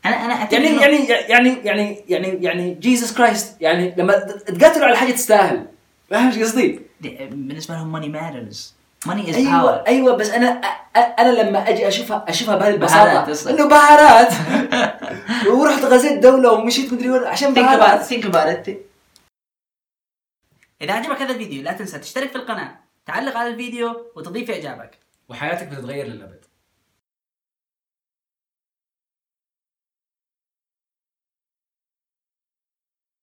Speaker 1: انا انا اعتقد
Speaker 2: يعني
Speaker 1: إنه-
Speaker 2: يعني يعني يعني يعني يعني جيسس كرايست يعني لما تقاتلوا على حاجه تستاهل فاهم ايش قصدي؟
Speaker 1: بالنسبه لهم money matters. Money is power.
Speaker 2: ايوه ايوه بس انا أ- أ- انا لما اجي اشوفها اشوفها بهذه
Speaker 1: بهارات
Speaker 2: البساطه
Speaker 1: قصدك.
Speaker 2: انه بهارات ورحت غزيت دوله ومشيت مدري وين عشان
Speaker 1: Think about it.
Speaker 2: بهارات
Speaker 1: Think about it. اذا عجبك هذا الفيديو لا تنسى تشترك في القناه، تعلق على الفيديو وتضيف اعجابك.
Speaker 2: وحياتك بتتغير للابد